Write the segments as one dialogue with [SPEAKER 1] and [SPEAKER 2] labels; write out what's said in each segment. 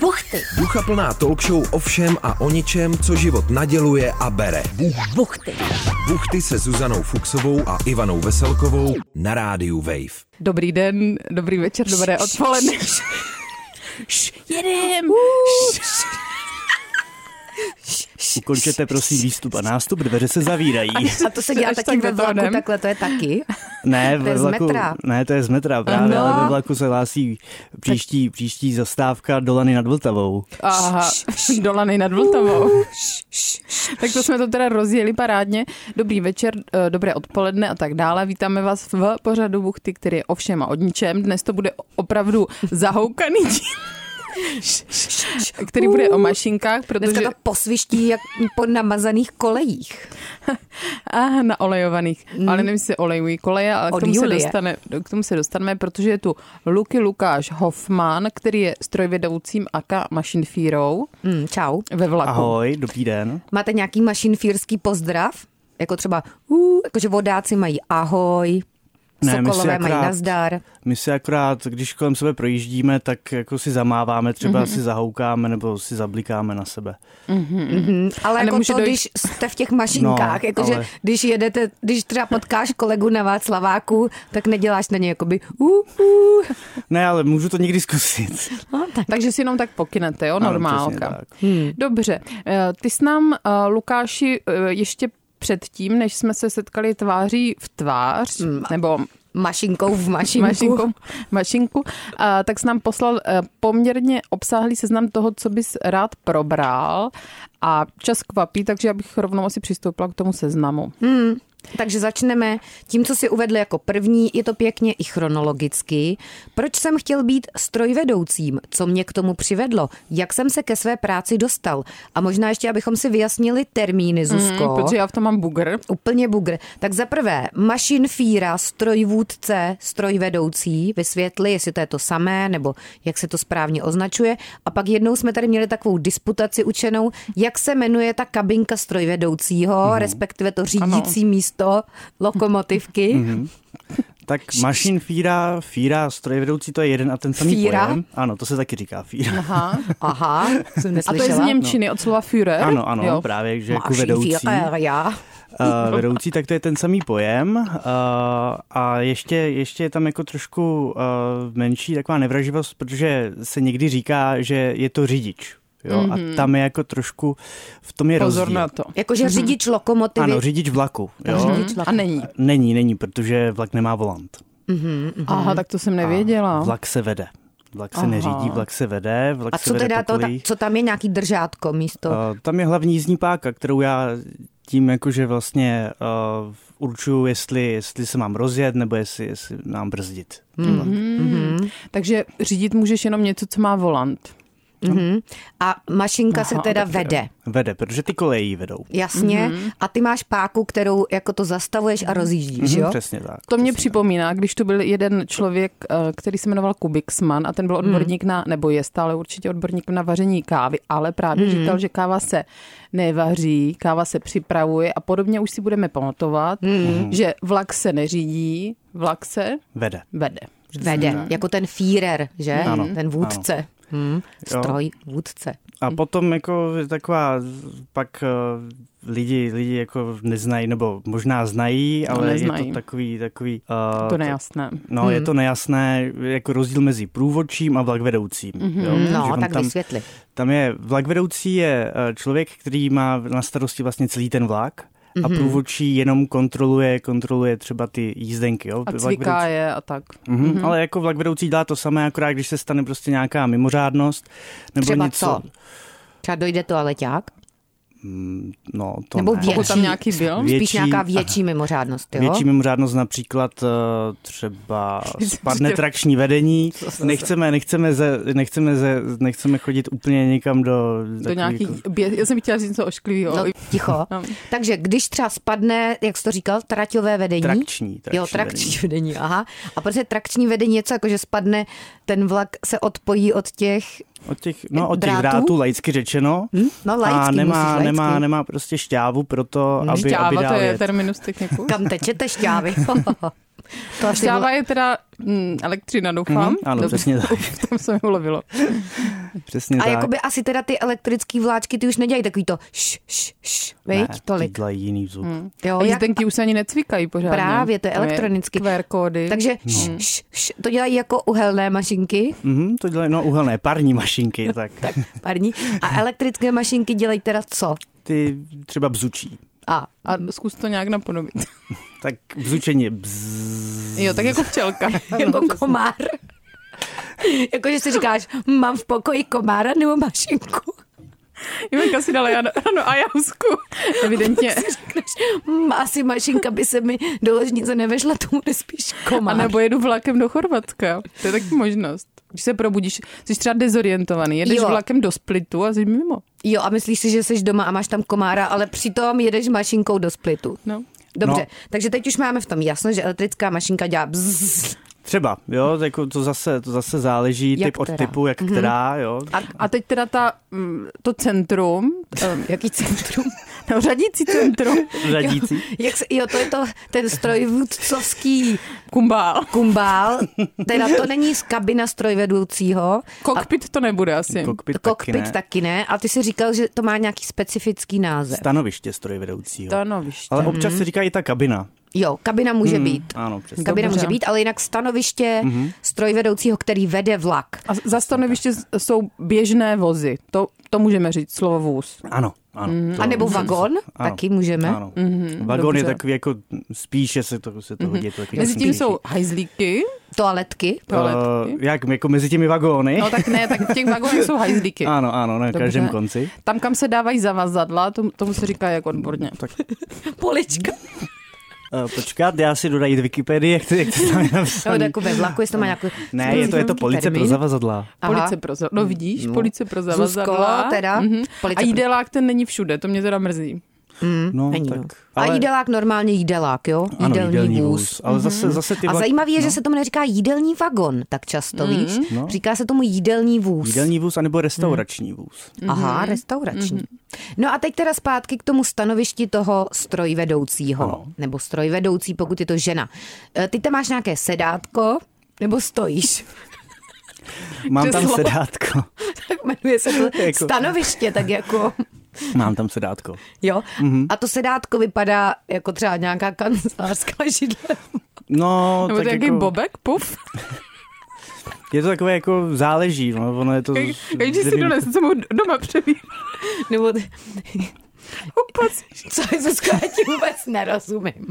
[SPEAKER 1] Buchty.
[SPEAKER 2] Ducha plná talk show o všem a o ničem, co život naděluje a bere.
[SPEAKER 1] Buchty.
[SPEAKER 2] Buchty se Zuzanou Fuxovou a Ivanou Veselkovou na rádiu Wave.
[SPEAKER 3] Dobrý den, dobrý večer, dobré odpoledne.
[SPEAKER 1] Jedem.
[SPEAKER 4] Ukončete prosím výstup a nástup, dveře se zavírají.
[SPEAKER 5] A to se dělá
[SPEAKER 3] Až
[SPEAKER 5] taky
[SPEAKER 3] tak
[SPEAKER 5] ve vlaku,
[SPEAKER 3] betonem.
[SPEAKER 5] takhle to je taky.
[SPEAKER 4] Ne, ve
[SPEAKER 5] je z
[SPEAKER 4] vlaku,
[SPEAKER 5] metra.
[SPEAKER 4] ne, to je z metra právě,
[SPEAKER 3] No.
[SPEAKER 4] ale ve vlaku se hlásí příští, příští zastávka Dolany nad Vltavou.
[SPEAKER 3] Aha, dolany nad Vltavou. Tak to jsme to teda rozjeli parádně. Dobrý večer, eh, dobré odpoledne a tak dále. Vítáme vás v pořadu Buchty, který je o všem a od ničem. Dnes to bude opravdu zahoukaný díl, který bude o mašinkách, protože
[SPEAKER 5] Dneska to posviští jak po namazaných kolejích.
[SPEAKER 3] ah, na olejovaných. Ale nevím, jestli olejují koleje, ale k
[SPEAKER 5] Mm. Od
[SPEAKER 3] tomu, se
[SPEAKER 5] Julie.
[SPEAKER 3] dostane, k tomu se dostaneme, protože je tu Luky Lukáš Hoffman, který je strojvedoucím aka mašinfírou
[SPEAKER 5] Mm, čau.
[SPEAKER 3] ve vlaku.
[SPEAKER 4] Ahoj, dobrý den.
[SPEAKER 5] Máte nějaký mašinfírský pozdrav? Jako třeba, uh, jakože vodáci mají ahoj,
[SPEAKER 4] Ne, my si
[SPEAKER 5] sokolové mají
[SPEAKER 4] akorát-
[SPEAKER 5] nazdar.
[SPEAKER 4] My si akorát, když kolem sebe projíždíme, tak jako si zamáváme,
[SPEAKER 5] Mhm.
[SPEAKER 4] třeba si zahoukáme nebo si zablikáme na sebe.
[SPEAKER 5] Mm, ale jako
[SPEAKER 3] nemůže
[SPEAKER 5] to,
[SPEAKER 3] dojít-
[SPEAKER 5] když jste v těch mašinkách,
[SPEAKER 4] No,
[SPEAKER 5] no, jakože
[SPEAKER 4] ale-
[SPEAKER 5] když jedete, když třeba potkáš kolegu na Václaváku, tak neděláš na něj jakoby uh, uh.
[SPEAKER 4] Ne, ale můžu to někdy zkusit.
[SPEAKER 5] No, tak.
[SPEAKER 3] Takže si jenom tak pokynete, jo,
[SPEAKER 4] Ano,
[SPEAKER 3] normálka.
[SPEAKER 4] přesně tak.
[SPEAKER 5] Hmm.
[SPEAKER 3] Dobře, Eh, ty s nám, eh, Lukáši, eh, ještě předtím, než jsme se setkali tváří v tvář,
[SPEAKER 5] Hmm.
[SPEAKER 3] nebo
[SPEAKER 5] Mašinkou v mašinku.
[SPEAKER 3] mašinku, mašinku a, tak jsi nám poslal eh, poměrně obsáhlý seznam toho, co bys rád probral a čas kvapí, takže já bych rovnou asi přistoupila k tomu seznamu.
[SPEAKER 5] Takže začneme tím, co si uvedl jako první, je to pěkně i chronologicky. Proč jsem chtěl být strojvedoucím? Co mě k tomu přivedlo? Jak jsem se ke své práci dostal? A možná ještě, abychom si vyjasnili termíny, Zuzko.
[SPEAKER 3] Mhm, Protože já v tom mám bugr.
[SPEAKER 5] Úplně bugr. Tak za prvé, mašinfíra, strojvůdce, strojvedoucí, vysvětli, jestli to je to samé, nebo jak se to správně označuje. A pak jednou jsme tady měli takovou disputaci učenou, jak se jmenuje ta kabinka strojvedoucího,
[SPEAKER 3] Mhm.
[SPEAKER 5] mm-hmm. respektive to řídící ano. místo lokomotivky.
[SPEAKER 3] Mhm.
[SPEAKER 5] Mm-hmm.
[SPEAKER 4] Tak mašin fíra, fíra, strojvedoucí, to je jeden a ten samý
[SPEAKER 5] Fíra?
[SPEAKER 4] pojem. Ano, to se taky říká fíra.
[SPEAKER 3] Aha.
[SPEAKER 5] Aha, jsem
[SPEAKER 3] A to je z
[SPEAKER 5] neslyšela.
[SPEAKER 3] Němčiny, od slova Führer.
[SPEAKER 4] Ano, ano,
[SPEAKER 3] jo.
[SPEAKER 4] právě, že jako vedoucí.
[SPEAKER 5] Mašinfíra,
[SPEAKER 4] Uh, vedoucí, tak to je ten samý pojem. Uh, a ještě, ještě je tam jako trošku uh, menší taková nevraživost, protože se někdy říká, že je to řidič. Jo?
[SPEAKER 5] Mhm.
[SPEAKER 4] Mm-hmm. A tam je jako trošku, v tom je
[SPEAKER 3] Pozor
[SPEAKER 4] rozdíl.
[SPEAKER 3] na to.
[SPEAKER 5] Jakože řidič lokomotivy.
[SPEAKER 4] Ano, řidič vlaku. Jo?
[SPEAKER 5] řidič
[SPEAKER 3] A není.
[SPEAKER 4] Není, není, protože vlak nemá volant.
[SPEAKER 3] Aha, tak to jsem nevěděla.
[SPEAKER 4] Vlak se vede. Vlak se Aha. neřídí, vlak se vede, vlak
[SPEAKER 5] No. A
[SPEAKER 4] se
[SPEAKER 5] co
[SPEAKER 4] vede
[SPEAKER 5] teda
[SPEAKER 4] po
[SPEAKER 5] to, ta,
[SPEAKER 4] kolejích.
[SPEAKER 5] co tam je nějaký držátko místo?
[SPEAKER 4] Uh, tam je hlavní jízdní páka, kterou já tím jakože vlastně uh, určuju, jestli, jestli se mám rozjet, nebo jestli, jestli mám brzdit. Mm-hmm.
[SPEAKER 3] Takže řídit můžeš jenom něco, co má volant.
[SPEAKER 5] Mhm. A mašinka se
[SPEAKER 3] Aha,
[SPEAKER 5] teda
[SPEAKER 3] dobře.
[SPEAKER 5] vede.
[SPEAKER 4] Vede, protože ty koleje jí vedou.
[SPEAKER 5] Jasně. Mm-hmm. A ty máš páku, kterou jako to zastavuješ a rozjíždíš,
[SPEAKER 4] Mhm. Mhm,
[SPEAKER 5] jo?
[SPEAKER 4] Přesně tak.
[SPEAKER 3] To mě
[SPEAKER 4] přesně
[SPEAKER 3] připomíná, když tu byl jeden člověk, eh, který se jmenoval Kubiksman a ten
[SPEAKER 4] Hmm.
[SPEAKER 3] byl odborník na, nebo je stále určitě odborník na vaření kávy, ale právě
[SPEAKER 4] Hmm.
[SPEAKER 3] mm. říkal, že káva se nevaří, káva se připravuje a podobně už si budeme pamatovat,
[SPEAKER 4] Hmm.
[SPEAKER 3] mm. že vlak se neřídí, vlak se
[SPEAKER 4] tak. Vede.
[SPEAKER 3] vede.
[SPEAKER 5] Vede. Jako ten Führer, že?
[SPEAKER 4] Ano,
[SPEAKER 5] Ten vůdce. Hmm.
[SPEAKER 4] Jo.
[SPEAKER 5] Stroj vůdce.
[SPEAKER 4] A potom jako je taková, pak uh, lidi, lidi jako neznají, nebo možná znají, ale je
[SPEAKER 3] neznají.
[SPEAKER 4] to takový, takový... Uh,
[SPEAKER 3] To nejasné.
[SPEAKER 4] No, je to nejasné, jako rozdíl mezi průvodčím a vlak vedoucím. Mm-hmm. Jo?
[SPEAKER 5] No,
[SPEAKER 4] Že on
[SPEAKER 5] tak
[SPEAKER 4] tam,
[SPEAKER 5] vysvětli.
[SPEAKER 4] Tam je vlak vedoucí je eh, člověk, který má na starosti vlastně celý ten vlak mm-hmm. a průvodčí jenom kontroluje, kontroluje třeba ty jízdenky. Jo?
[SPEAKER 3] A
[SPEAKER 4] Vlak
[SPEAKER 3] cviká
[SPEAKER 4] vedoucí-
[SPEAKER 3] je a tak.
[SPEAKER 4] Mhm, mm-hmm. Ale jako vlak vedoucí dělá to samé, akorát když se stane prostě nějaká mimořádnost nebo
[SPEAKER 5] Třeba
[SPEAKER 4] něco.
[SPEAKER 5] co? Třeba dojde to aleťák?
[SPEAKER 4] Mm, No, to
[SPEAKER 5] Nebo
[SPEAKER 4] ne.
[SPEAKER 5] větší.
[SPEAKER 3] Pokud tam nějaký no, byl.
[SPEAKER 4] Větší-
[SPEAKER 5] Spíš nějaká větší mimořádnost, jo?
[SPEAKER 4] Větší mimořádnost například eh, třeba spadne trakční vedení. Nechceme, nechceme, ze, nechceme, ze, nechceme chodit úplně někam do... jako
[SPEAKER 3] Do nějakých, bě- já jsem chtěla říct něco ošklivého.
[SPEAKER 5] No, ticho.
[SPEAKER 3] No.
[SPEAKER 5] Takže když třeba spadne, jak jsi to říkal, traťové vedení?
[SPEAKER 4] Trakční, trakční
[SPEAKER 5] jo, trakční vedení. vedení, aha. A protože trakční vedení je co, jako že spadne, ten vlak se odpojí od těch...
[SPEAKER 4] Od těch, no, od těch
[SPEAKER 5] Drátů?
[SPEAKER 4] drátů, drátů laicky řečeno.
[SPEAKER 5] Hm? No, laicky,
[SPEAKER 4] a
[SPEAKER 5] musíš
[SPEAKER 4] nemá,
[SPEAKER 5] laicky.
[SPEAKER 4] nemá, nemá prostě šťávu pro to, aby, aby
[SPEAKER 3] Šťáva,
[SPEAKER 4] dál
[SPEAKER 3] to je
[SPEAKER 4] jet.
[SPEAKER 3] terminus technicus.
[SPEAKER 5] Kam tečete šťávy? To asi bylo-
[SPEAKER 3] Šťáva je teda mm, elektřina, doufám.
[SPEAKER 4] Mhm, ano, přesně tak.
[SPEAKER 3] Uf, tam se mi ulovilo.
[SPEAKER 4] Přesně
[SPEAKER 5] A
[SPEAKER 4] tak.
[SPEAKER 5] jakoby asi teda ty elektrické vláčky, ty už nedělají takový to š, š, š, viď,
[SPEAKER 4] ne,
[SPEAKER 5] tolik. Hm.
[SPEAKER 4] Dělají jiný zvuk. Hmm.
[SPEAKER 5] Jo,
[SPEAKER 3] A
[SPEAKER 5] jak-
[SPEAKER 3] jízdenky už se ani necvikají pořádně.
[SPEAKER 5] Právě, to je
[SPEAKER 3] Tam
[SPEAKER 5] elektronicky.
[SPEAKER 3] QR kódy.
[SPEAKER 5] Takže š, š, š, to dělají jako uhelné mašinky,
[SPEAKER 4] Mhm, to dělají, no uhelné, parní mašinky, tak.
[SPEAKER 5] parní, a elektrické mašinky dělají teda co?
[SPEAKER 4] Ty třeba bzučí.
[SPEAKER 5] A
[SPEAKER 3] A zkus to nějak napodobit.
[SPEAKER 4] Tak bzučení je bzz.
[SPEAKER 3] Jo, tak jako včelka.
[SPEAKER 5] jako komár. Jakože si říkáš, mám v pokoji komára nebo mašinku.
[SPEAKER 3] Jimenka si dala jano, ano, a jausku. Evidentně.
[SPEAKER 5] Řekneš, "Mm, asi mašinka by se mi do ložnice nevešla, tomu jde spíš
[SPEAKER 3] A
[SPEAKER 5] komár.
[SPEAKER 3] nebo jedu vlakem do Chorvatska. To je taky možnost. Když se probudíš, jsi třeba dezorientovaný, jedeš
[SPEAKER 5] Jo.
[SPEAKER 3] jo. vlakem do Splitu a jsi mimo.
[SPEAKER 5] Jo, a myslíš si, že jsi doma a máš tam komára, ale přitom jedeš mašinkou do splitu.
[SPEAKER 3] No.
[SPEAKER 5] Dobře, no.
[SPEAKER 4] No.
[SPEAKER 5] takže teď už máme v tom jasno, že elektrická mašinka dělá bzz.
[SPEAKER 4] Třeba, jo, jako to zase, to zase záleží
[SPEAKER 5] Jak
[SPEAKER 4] typ od
[SPEAKER 5] která? Mhm.
[SPEAKER 4] typu, jak mm-hmm. která, jo.
[SPEAKER 3] A, a teď teda ta, mm, to centrum, ehm,
[SPEAKER 5] Jaký centrum?
[SPEAKER 3] no, řadící centrum,
[SPEAKER 4] Řadící.
[SPEAKER 5] Jak se, jo, to je to, ten strojvůdcovský
[SPEAKER 3] kumbál.
[SPEAKER 5] kumbál, teda to není z kabina strojvedoucího,
[SPEAKER 3] Kokpit to nebude asi.
[SPEAKER 4] Kokpit,
[SPEAKER 5] kokpit
[SPEAKER 4] taky ne.
[SPEAKER 5] taky ne, a ty si říkal, že to má nějaký specifický název.
[SPEAKER 4] Stanoviště strojvedoucího.
[SPEAKER 3] Stanoviště.
[SPEAKER 4] Ale občas se říká i ta kabina.
[SPEAKER 5] Jo, kabina může Mhm.
[SPEAKER 4] Hmm.
[SPEAKER 5] být.
[SPEAKER 4] Ano, přesně.
[SPEAKER 5] Kabina
[SPEAKER 3] Dobře.
[SPEAKER 5] může být, ale jinak stanoviště
[SPEAKER 4] Mhm.
[SPEAKER 5] strojvedoucího, který vede vlak.
[SPEAKER 3] A za stanoviště jsou běžné vozy. To, to můžeme říct, slovo vůz.
[SPEAKER 4] Ano, ano. Mm-hmm.
[SPEAKER 5] Mhm. A nebo vagon, taky můžeme.
[SPEAKER 4] Ano. Mm-hmm, Vagon
[SPEAKER 3] Mhm, dobře.
[SPEAKER 4] je
[SPEAKER 3] Mhm.
[SPEAKER 4] takový jako, spíše se to, se to hodí. jako takový
[SPEAKER 3] Mezi tím
[SPEAKER 4] spíš.
[SPEAKER 3] jsou hajzlíky,
[SPEAKER 5] Toaletky.
[SPEAKER 3] toaletky.
[SPEAKER 4] Eh, jak, jako mezi těmi vagóny?
[SPEAKER 3] No tak ne, tak v těch vagonech jsou hajzlíky.
[SPEAKER 4] Ano, ano, na
[SPEAKER 3] Dobře.
[SPEAKER 4] každém konci.
[SPEAKER 3] Tam, kam se dávají zavazadla, tomu, tomu se říká jak odborně.
[SPEAKER 5] Polička.
[SPEAKER 4] Uh, počkat, já si dodaj z Wikipedie, jak to, jak to tam je
[SPEAKER 5] No,
[SPEAKER 4] napsané.
[SPEAKER 5] jako ve vlaku, jestli to má nějakou...
[SPEAKER 4] Ne, je to, je to
[SPEAKER 5] specifický
[SPEAKER 4] police pro
[SPEAKER 5] termín.
[SPEAKER 4] zavazadla.
[SPEAKER 5] Aha.
[SPEAKER 3] Police pro za- no vidíš,
[SPEAKER 5] No.
[SPEAKER 3] police pro zavazadla.
[SPEAKER 5] Zuzko, teda,
[SPEAKER 3] Mhm.
[SPEAKER 5] police
[SPEAKER 3] A
[SPEAKER 5] pro-
[SPEAKER 3] jídelák ten není všude, to mě teda mrzí. Hmm?
[SPEAKER 4] No,
[SPEAKER 5] Není, no.
[SPEAKER 4] tak,
[SPEAKER 5] A jídelák normálně jídelák, jo?
[SPEAKER 4] ano,
[SPEAKER 5] Jídelní, vůz.
[SPEAKER 3] Mhm.
[SPEAKER 4] Ale zase, zase ty
[SPEAKER 5] A
[SPEAKER 4] vlak-
[SPEAKER 5] zajímavé je, že se tomu neříká jídelní vagon tak často, víš?
[SPEAKER 4] No.
[SPEAKER 5] Říká se tomu jídelní vůz.
[SPEAKER 4] Jídelní vůz anebo restaurační vůz.
[SPEAKER 5] Aha, restaurační. No a teď teda zpátky k tomu stanovišti toho strojvedoucího.
[SPEAKER 4] Ano.
[SPEAKER 5] Nebo strojvedoucí, pokud je to žena. E, Ty tam máš nějaké sedátko, nebo stojíš.
[SPEAKER 4] Mám tam
[SPEAKER 3] Křeslo.
[SPEAKER 4] sedátko.
[SPEAKER 5] tak jmenuje se to
[SPEAKER 4] Jako-
[SPEAKER 5] stanoviště, tak jako,
[SPEAKER 4] Mám tam sedátko.
[SPEAKER 5] jo.
[SPEAKER 4] Mhm.
[SPEAKER 5] A to sedátko vypadá jako třeba nějaká kancelářská židle.
[SPEAKER 4] No,
[SPEAKER 3] Nebo
[SPEAKER 4] tak
[SPEAKER 3] to jaký
[SPEAKER 4] jako,
[SPEAKER 3] bobek, puf.
[SPEAKER 4] Je to takové jako záleží, no, ono je to...
[SPEAKER 3] Jak když si donese, co mu doma přebí.
[SPEAKER 5] Nebo
[SPEAKER 3] Hopací,
[SPEAKER 5] co je Zuzko, já ti vůbec nerozumím.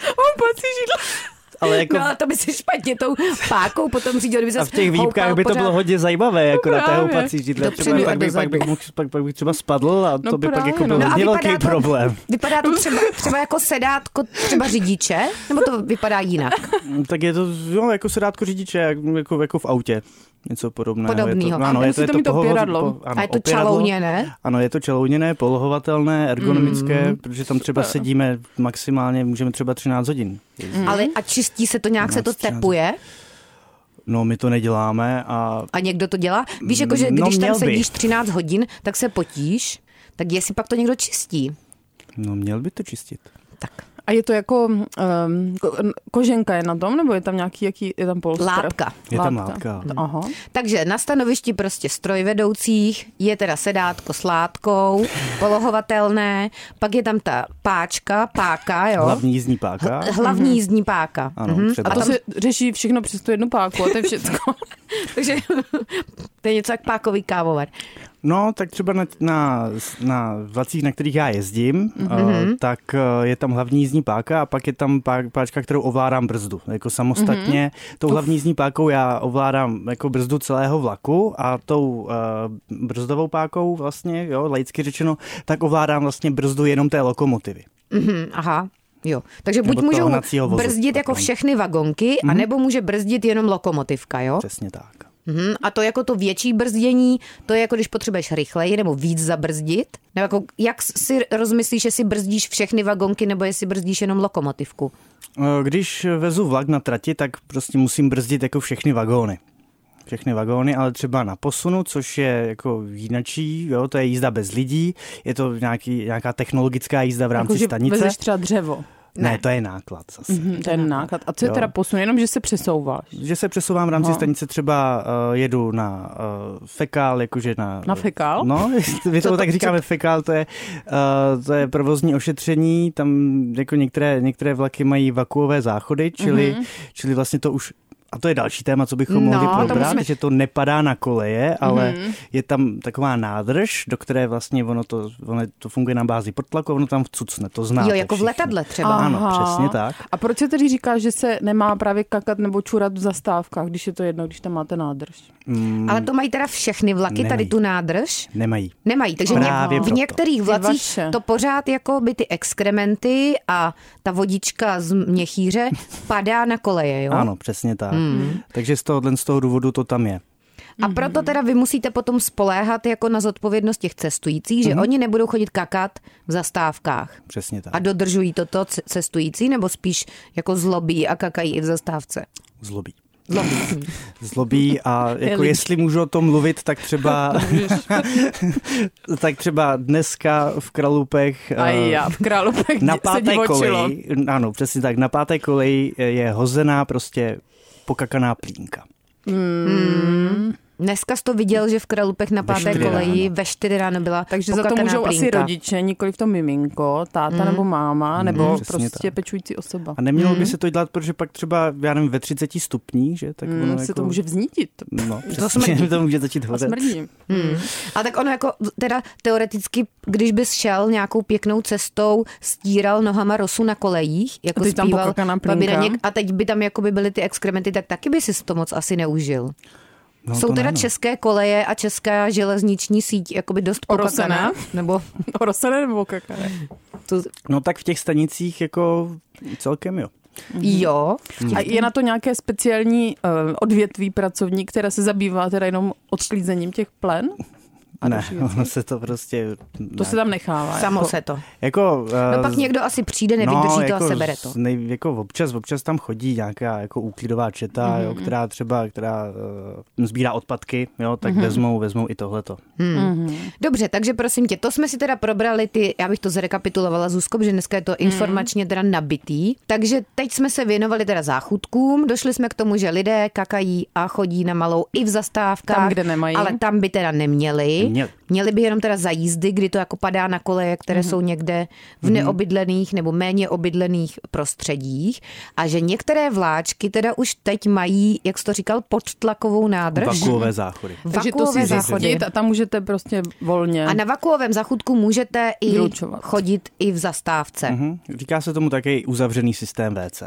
[SPEAKER 3] hopací židla.
[SPEAKER 4] Ale jako
[SPEAKER 5] No ale to by se špatně tou pákou potom řídil, kdyby se
[SPEAKER 4] a v těch výpkách by to bylo hodně zajímavé, jako na té
[SPEAKER 3] právě.
[SPEAKER 4] houpací židle. Třeba
[SPEAKER 5] Dopředu a
[SPEAKER 4] pak bych, pak,
[SPEAKER 5] dozadu.
[SPEAKER 4] bych mohl, pak, pak bych třeba spadl a
[SPEAKER 3] No
[SPEAKER 4] to by pak
[SPEAKER 3] právě,
[SPEAKER 4] jako byl
[SPEAKER 3] no.
[SPEAKER 4] hodně velký
[SPEAKER 5] to,
[SPEAKER 4] problém.
[SPEAKER 5] vypadá to třeba, třeba jako sedátko třeba řidiče, nebo to vypadá jinak?
[SPEAKER 4] Mm, Tak je to jo, jako sedátko řidiče, jak- jako, jako v autě. Něco podobného. Je
[SPEAKER 5] Podobného.
[SPEAKER 4] to,
[SPEAKER 5] A
[SPEAKER 4] ano,
[SPEAKER 3] tam
[SPEAKER 4] je to,
[SPEAKER 3] musíte
[SPEAKER 4] je to,
[SPEAKER 3] mít
[SPEAKER 4] pohovo-
[SPEAKER 3] opěradlo.
[SPEAKER 4] ano,
[SPEAKER 5] A je to
[SPEAKER 4] opěradlo.
[SPEAKER 5] čalouněné?
[SPEAKER 4] Ano, je to čalouněné, polohovatelné, ergonomické, mm, protože tam třeba sedíme maximálně, můžeme třeba 13 hodin.
[SPEAKER 5] Ale a čistí se to nějak, se to
[SPEAKER 4] 12, 13.
[SPEAKER 5] tepuje?
[SPEAKER 4] No, my to neděláme a
[SPEAKER 5] A někdo to dělá? Víš, jako, že
[SPEAKER 4] No,
[SPEAKER 5] když tam
[SPEAKER 4] měl by.
[SPEAKER 5] sedíš 13 hodin, tak se potíš, tak jestli pak to někdo čistí.
[SPEAKER 4] no, měl by to čistit.
[SPEAKER 5] Tak,
[SPEAKER 3] A je to jako, um, ko, koženka je na tom, nebo je tam nějaký, jaký, je tam polster?
[SPEAKER 5] lápka.
[SPEAKER 4] Je tam no. lápka.
[SPEAKER 3] Aha.
[SPEAKER 5] Takže na stanovišti prostě strojvedoucích je teda sedátko s látkou, polohovatelné, pak je tam ta páčka, páka, jo.
[SPEAKER 4] Hlavní jízdní páka. Mhm.
[SPEAKER 5] Hlavní jízdní páka. Mhm.
[SPEAKER 4] Ano, třeba.
[SPEAKER 3] A to se řeší všechno přes tu jednu páku a to je všechno.
[SPEAKER 5] Takže to je něco jak pákový kávovar.
[SPEAKER 4] No, tak třeba na, na, na vlacích, na kterých já jezdím, mm-hmm. uh, tak uh, je tam hlavní jízdní páka a pak je tam pá, páčka, kterou ovládám brzdu. Jako samostatně mm-hmm. tou hlavní jízdní pákou já ovládám jako brzdu celého vlaku a tou uh, brzdovou pákou vlastně, jo, laicky řečeno, tak ovládám vlastně brzdu jenom té lokomotivy.
[SPEAKER 5] Mhm, aha. Jo. Takže buď
[SPEAKER 4] Nebo toho
[SPEAKER 5] můžou
[SPEAKER 4] hnacího vozu, Mhm.
[SPEAKER 5] brzdit jako
[SPEAKER 4] pardon.
[SPEAKER 5] všechny vagonky, mm-hmm. anebo může brzdit jenom lokomotivka, jo?
[SPEAKER 4] Přesně tak.
[SPEAKER 5] Mhm. A to jako to větší brzdění, to je jako když potřebuješ rychleji nebo víc zabrzdit? Nebo jako jak si rozmyslíš, jestli brzdíš všechny vagonky nebo jestli brzdíš jenom lokomotivku?
[SPEAKER 4] Eh, Když vezu vlak na trati, tak prostě musím brzdit jako všechny vagóny. Všechny vagóny, ale třeba na posunu, což je jako jinačí, jo, to je jízda bez lidí, je to nějaký, nějaká technologická jízda v rámci
[SPEAKER 3] Jakože
[SPEAKER 4] stanice.
[SPEAKER 3] Jako, vezeš Mhm. třeba dřevo.
[SPEAKER 4] Ne, ne to je náklad zase. Mm-hmm.
[SPEAKER 3] Ten náklad. A co je
[SPEAKER 4] Jo.
[SPEAKER 3] teda posun? Jenom, že se přesouváš.
[SPEAKER 4] Že se přesouvám v rámci
[SPEAKER 3] No.
[SPEAKER 4] no. stanice, třeba uh, jedu na uh, fekál, jakože na...
[SPEAKER 3] Na fekál?
[SPEAKER 4] No, my
[SPEAKER 3] Co
[SPEAKER 4] to,
[SPEAKER 3] to-
[SPEAKER 4] tak
[SPEAKER 3] co
[SPEAKER 4] říkáme fekál, to je, uh, to je provozní ošetření, tam jako některé, některé vlaky mají vakuové záchody, čili, mm-hmm. čili vlastně to už a to je další téma, co bychom
[SPEAKER 5] Mhm. No,
[SPEAKER 4] mohli
[SPEAKER 5] to
[SPEAKER 4] probrat,
[SPEAKER 5] musíme- Mhm.
[SPEAKER 4] že to nepadá na koleje, ale mm-hmm. je tam taková nádrž, do které vlastně ono to, ono to funguje na bázi protlaku, ono tam vcucne, No, to znáte
[SPEAKER 5] Jo, jako v
[SPEAKER 4] všichni.
[SPEAKER 5] letadle třeba.
[SPEAKER 4] Ano, přesně tak.
[SPEAKER 3] A proč se tedy říká, že se nemá právě kakat nebo čurat v zastávkách, když je to jedno, když tam máte nádrž?
[SPEAKER 5] Ale to mají teda všechny vlaky,
[SPEAKER 4] Nemají.
[SPEAKER 5] tady tu nádrž.
[SPEAKER 4] Nemají.
[SPEAKER 5] Nemají, takže
[SPEAKER 4] Právě
[SPEAKER 5] ně, v
[SPEAKER 4] proto.
[SPEAKER 5] některých vlacích
[SPEAKER 3] vaše.
[SPEAKER 5] to pořád jako by ty exkrementy a ta vodička z měchýře padá na koleje, jo? Mhm.
[SPEAKER 4] Ano, přesně tak. Mm. Takže z tohohle z toho důvodu to tam je.
[SPEAKER 5] A proto teda vy musíte potom spoléhat jako na zodpovědnost těch cestujících,
[SPEAKER 4] Mhm.
[SPEAKER 5] že oni nebudou chodit kakat v zastávkách.
[SPEAKER 4] Přesně tak.
[SPEAKER 5] A dodržují toto c- cestující, nebo spíš jako zlobí a kakají i v zastávce?
[SPEAKER 4] Zlobí.
[SPEAKER 3] No,
[SPEAKER 5] Zlobí.
[SPEAKER 4] Zlobí a jako
[SPEAKER 3] líp.
[SPEAKER 4] jestli můžu o tom mluvit, tak třeba tak třeba dneska v Kralupech
[SPEAKER 3] A
[SPEAKER 4] eh,
[SPEAKER 3] já v Králupech
[SPEAKER 4] na
[SPEAKER 3] se
[SPEAKER 4] páté
[SPEAKER 3] divočilo.
[SPEAKER 4] koleji, ano, přesně tak, na páté koleji je hozená prostě pokakaná plínka.
[SPEAKER 5] Dneska jsi to viděl, že v Kralupech na páté
[SPEAKER 4] čtyři
[SPEAKER 5] koleji ve čtyři ráno byla
[SPEAKER 3] Takže za to
[SPEAKER 5] pokakaná
[SPEAKER 3] můžou asi
[SPEAKER 5] plínka.
[SPEAKER 3] rodiče, nikoli to miminko, táta nebo máma, nebo
[SPEAKER 4] Mhm, přesně
[SPEAKER 3] prostě
[SPEAKER 4] tak.
[SPEAKER 3] pečující osoba.
[SPEAKER 4] A nemělo
[SPEAKER 3] Mhm.
[SPEAKER 4] by se to dělat, protože pak třeba, já nevím, ve 30 stupních, že? Tak ono
[SPEAKER 3] Hmm,
[SPEAKER 4] jako,
[SPEAKER 3] se to může vznítit.
[SPEAKER 4] No,
[SPEAKER 5] To
[SPEAKER 4] přesně, to,
[SPEAKER 5] smrdí.
[SPEAKER 4] může začít
[SPEAKER 3] A
[SPEAKER 4] hořet.
[SPEAKER 3] smrdí. No,
[SPEAKER 5] Hmm. A tak ono jako teda teoreticky, když bys šel nějakou pěknou cestou, stíral nohama rosu na kolejích, jako
[SPEAKER 3] A teď tam
[SPEAKER 5] zpíval
[SPEAKER 3] pokakaná
[SPEAKER 5] Babi
[SPEAKER 3] plínka.
[SPEAKER 5] Daněk, a teď by tam jako by byly ty exkrementy, tak taky by si to moc asi neužil.
[SPEAKER 4] No,
[SPEAKER 5] Jsou
[SPEAKER 4] to
[SPEAKER 5] teda
[SPEAKER 4] ne, no.
[SPEAKER 5] české koleje a česká železniční síť jakoby dost
[SPEAKER 3] Orosená? Mhm.
[SPEAKER 5] pokakaná. Nebo
[SPEAKER 3] Orosené nebo kakané?
[SPEAKER 5] to,
[SPEAKER 4] No tak v těch stanicích jako celkem jo.
[SPEAKER 5] jo,
[SPEAKER 3] A je na to nějaké speciální uh, odvětví pracovní, které se zabývá teda jenom odklízením těch plen? A
[SPEAKER 4] ne,
[SPEAKER 3] další věci?
[SPEAKER 4] ono se to prostě...
[SPEAKER 3] To se tam nechává.
[SPEAKER 5] samo
[SPEAKER 3] jako.
[SPEAKER 5] se to.
[SPEAKER 4] Jako, eh,
[SPEAKER 5] No pak někdo asi přijde, nevydrží to a sebere to.
[SPEAKER 4] no, jako z- Nej, jako občas, občas tam chodí nějaká jako úklidová četa,
[SPEAKER 5] Mhm,
[SPEAKER 4] mm-hmm. jo, která třeba, která uh, sbírá odpadky, jo, tak mm-hmm.
[SPEAKER 5] Mhm.
[SPEAKER 4] vezmou, vezmou i tohleto.
[SPEAKER 5] Dobře, takže prosím tě, to jsme si teda probrali ty, já bych to zrekapitulovala Zuzko, protože dneska je to
[SPEAKER 3] Mhm.
[SPEAKER 5] informačně teda nabitý. Takže teď jsme se věnovali teda záchutkům, došli jsme k tomu, že lidé kakají a chodí na malou i v zastávkách.
[SPEAKER 3] Tam, kde nemají.
[SPEAKER 5] Ale tam by teda neměli.
[SPEAKER 4] Měli.
[SPEAKER 5] Měli by jenom teda za jízdy, kdy to jako padá na koleje, které
[SPEAKER 3] Mhm.
[SPEAKER 5] jsou někde v neobydlených nebo méně obydlených prostředích. A že některé vláčky teda už teď mají, jak jsi to říkal, podtlakovou nádrž.
[SPEAKER 4] Vakuové záchody.
[SPEAKER 3] Takže to
[SPEAKER 5] Vakuové
[SPEAKER 3] si
[SPEAKER 5] záchody.
[SPEAKER 3] zjistit a tam můžete prostě volně.
[SPEAKER 5] A na vakuovém zachutku můžete i
[SPEAKER 3] Vylučovat.
[SPEAKER 5] chodit i v zastávce. Mm-hmm.
[SPEAKER 4] Mhm. Říká se tomu také i uzavřený systém WC.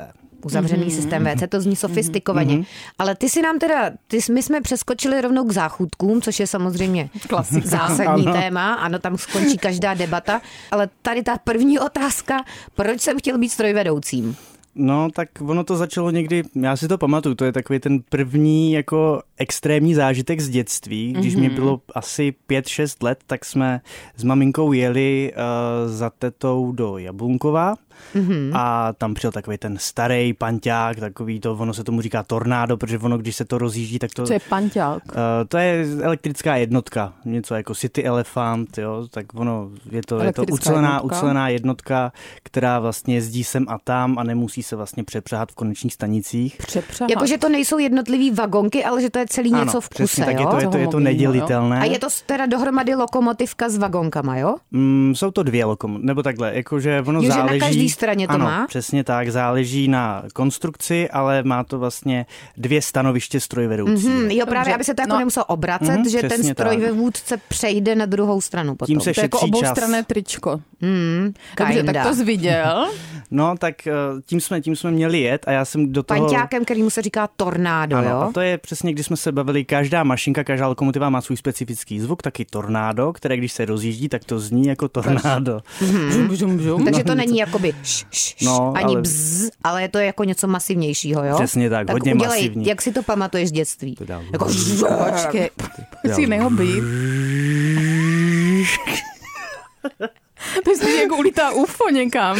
[SPEAKER 5] Uzavřený mm-hmm. systém WC, to zní sofistikovaně. Mm-hmm. Ale ty si nám teda, ty, s- my jsme přeskočili rovnou k záchutkům, což je samozřejmě
[SPEAKER 3] Klasika.
[SPEAKER 5] zásadní ano. téma, ano, tam skončí každá debata. Ale tady ta první otázka, proč jsem chtěl být strojvedoucím?
[SPEAKER 4] No, tak ono to začalo někdy, já si to pamatuju, to je takový ten první jako extrémní zážitek z dětství, když mm-hmm. mě bylo asi 5-6 let, tak jsme s maminkou jeli uh, za tetou do Jablunkova mm-hmm. a tam přijel takový ten starý panťák, takový to, ono se tomu říká tornádo, protože ono, když se to rozjíždí, tak to...
[SPEAKER 3] Co je panťák?
[SPEAKER 4] Uh, to je elektrická jednotka, něco jako City Elephant, jo, tak ono, je to, je to
[SPEAKER 3] Elektrická
[SPEAKER 4] ucelená,
[SPEAKER 3] jednotka.
[SPEAKER 4] ucelená jednotka, která vlastně jezdí sem a tam a nemusí se vlastně přepřáhat v konečných stanicích.
[SPEAKER 3] Přepřehat.
[SPEAKER 5] Jakože to nejsou jednotlivý vagonky, ale že to je celý něco v kuse,
[SPEAKER 4] přesně, tak je
[SPEAKER 5] jo?
[SPEAKER 4] to, je to, je to
[SPEAKER 3] Toho mobilního,
[SPEAKER 4] nedělitelné.
[SPEAKER 5] A je to s- teda dohromady lokomotivka s vagonkama, jo?
[SPEAKER 4] Mm, jsou to dvě lokomo, nebo takhle, jakože ono
[SPEAKER 5] Jo, že na
[SPEAKER 4] záleží.
[SPEAKER 5] každý straně to
[SPEAKER 4] ano,
[SPEAKER 5] má?
[SPEAKER 4] přesně tak, záleží na konstrukci, ale má to vlastně dvě stanoviště strojvedoucí.
[SPEAKER 5] Hmm, jo, právě,
[SPEAKER 3] Dobře.
[SPEAKER 5] aby se to jako
[SPEAKER 3] No.
[SPEAKER 5] no. nemuselo obracet,
[SPEAKER 4] Mhm,
[SPEAKER 5] že ten
[SPEAKER 4] přesně
[SPEAKER 5] stroj
[SPEAKER 4] tak.
[SPEAKER 5] ve vůdce přejde na druhou stranu potom.
[SPEAKER 4] Tím se
[SPEAKER 3] to je jako
[SPEAKER 4] šetří čas.
[SPEAKER 3] oboustranné tričko.
[SPEAKER 5] Hmm,
[SPEAKER 3] Dobře,
[SPEAKER 5] kinda.
[SPEAKER 3] tak to zviděl.
[SPEAKER 4] No, tak eh, tím jsme, tím jsme měli jet a já jsem do toho...
[SPEAKER 5] Panťákem, kterýmu se říká tornádo,
[SPEAKER 4] Ano,
[SPEAKER 5] jo?
[SPEAKER 4] a to je přesně, když jsme se bavili, každá mašinka, každá lokomotiva má svůj specifický zvuk, taky tornádo, které když se rozjíždí, tak to zní jako tornádo.
[SPEAKER 5] Hmm.
[SPEAKER 3] žum, žum, žum.
[SPEAKER 5] Takže to není jakoby š, š, š,
[SPEAKER 4] No,
[SPEAKER 5] ani ale...
[SPEAKER 4] ale-
[SPEAKER 5] bzz, ale je to jako něco masivnějšího, jo?
[SPEAKER 4] Přesně tak, hodně
[SPEAKER 5] udělej,
[SPEAKER 4] masivní.
[SPEAKER 5] jak si to pamatuješ z dětství?
[SPEAKER 4] dá-
[SPEAKER 5] Jako
[SPEAKER 3] Počkej, si neho být. To je stejně jako ulítá UFO někam.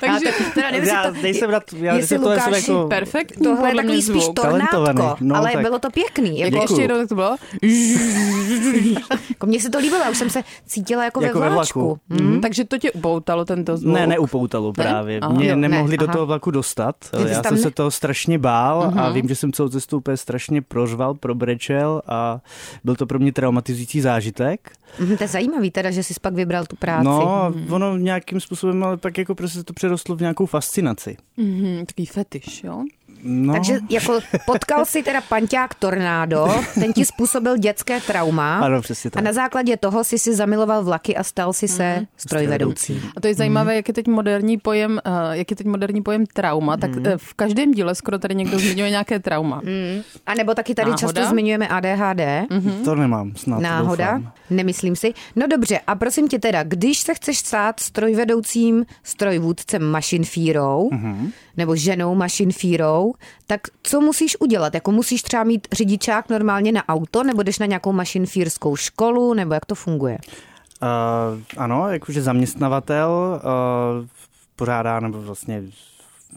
[SPEAKER 3] Takže
[SPEAKER 5] Ale teda nevím,
[SPEAKER 4] Já
[SPEAKER 5] jestli to-
[SPEAKER 4] nejsem rád, já
[SPEAKER 5] jestli
[SPEAKER 4] jsem to
[SPEAKER 5] Lukáš-
[SPEAKER 4] jako-
[SPEAKER 5] to-
[SPEAKER 3] perfektní
[SPEAKER 5] Tohle je
[SPEAKER 3] podle mě
[SPEAKER 5] takový spíš
[SPEAKER 3] zvuk.
[SPEAKER 5] tornádko,
[SPEAKER 4] Talentovaný, no,
[SPEAKER 5] ale
[SPEAKER 4] tak.
[SPEAKER 5] bylo to pěkný.
[SPEAKER 3] jako
[SPEAKER 5] Jako,
[SPEAKER 3] ještě jednou tak to bylo.
[SPEAKER 5] jako mně se to líbilo, já už jsem se cítila jako,
[SPEAKER 4] Jako
[SPEAKER 5] ve
[SPEAKER 4] ve
[SPEAKER 5] vláčku.
[SPEAKER 4] vlaku.
[SPEAKER 3] Mm, takže to tě upoutalo tento zvuk.
[SPEAKER 4] Ne, neupoutalo právě.
[SPEAKER 3] Aha.
[SPEAKER 4] Mě
[SPEAKER 5] Jo, ne,
[SPEAKER 4] nemohli do
[SPEAKER 5] aha.
[SPEAKER 4] toho vlaku dostat.
[SPEAKER 5] Ty jsi tam
[SPEAKER 4] Já jsem
[SPEAKER 5] ne- Mhm.
[SPEAKER 4] se toho strašně bál a vím, že jsem celou cestu úplně strašně prožval, probrečel a byl to pro mě traumatizující zážitek.
[SPEAKER 5] Mhm, to je zajímavý teda, že jsi pak vybral tu práci. Mhm.
[SPEAKER 4] No a ono nějakým způsobem, ale pak jako prostě to přerostlo v nějakou fascinaci.
[SPEAKER 3] Mhm, takový fetiš, jo?
[SPEAKER 4] No,
[SPEAKER 5] Takže jako potkal si teda panťák tornádo, ten ti způsobil dětské trauma.
[SPEAKER 4] Ano, přesně tak.
[SPEAKER 5] A na základě toho si si zamiloval vlaky a stal si se mm-hmm. strojvedoucí.
[SPEAKER 3] A to je zajímavé, jak je teď moderní pojem, eh, jak je teď moderní pojem trauma, tak eh, v každém díle skoro tady někdo zmiňuje nějaké trauma.
[SPEAKER 5] A nebo taky tady
[SPEAKER 3] Náhoda?
[SPEAKER 5] často zmiňujeme ADHD.
[SPEAKER 4] No, to nemám snad.
[SPEAKER 5] Mhm. Náhoda,
[SPEAKER 4] Doufám.
[SPEAKER 5] nemyslím si. No dobře, a prosím tě teda, když se chceš stát strojvedoucím, strojvůdcem mašinfírou,
[SPEAKER 4] Mhm.
[SPEAKER 5] mm-hmm. nebo ženou mašinfírou, tak co musíš udělat? Jako musíš třeba mít řidičák normálně na auto, nebo jdeš na nějakou mašinfírskou školu, nebo jak to funguje?
[SPEAKER 4] Uh, ano, jakože zaměstnavatel uh, pořádá, nebo vlastně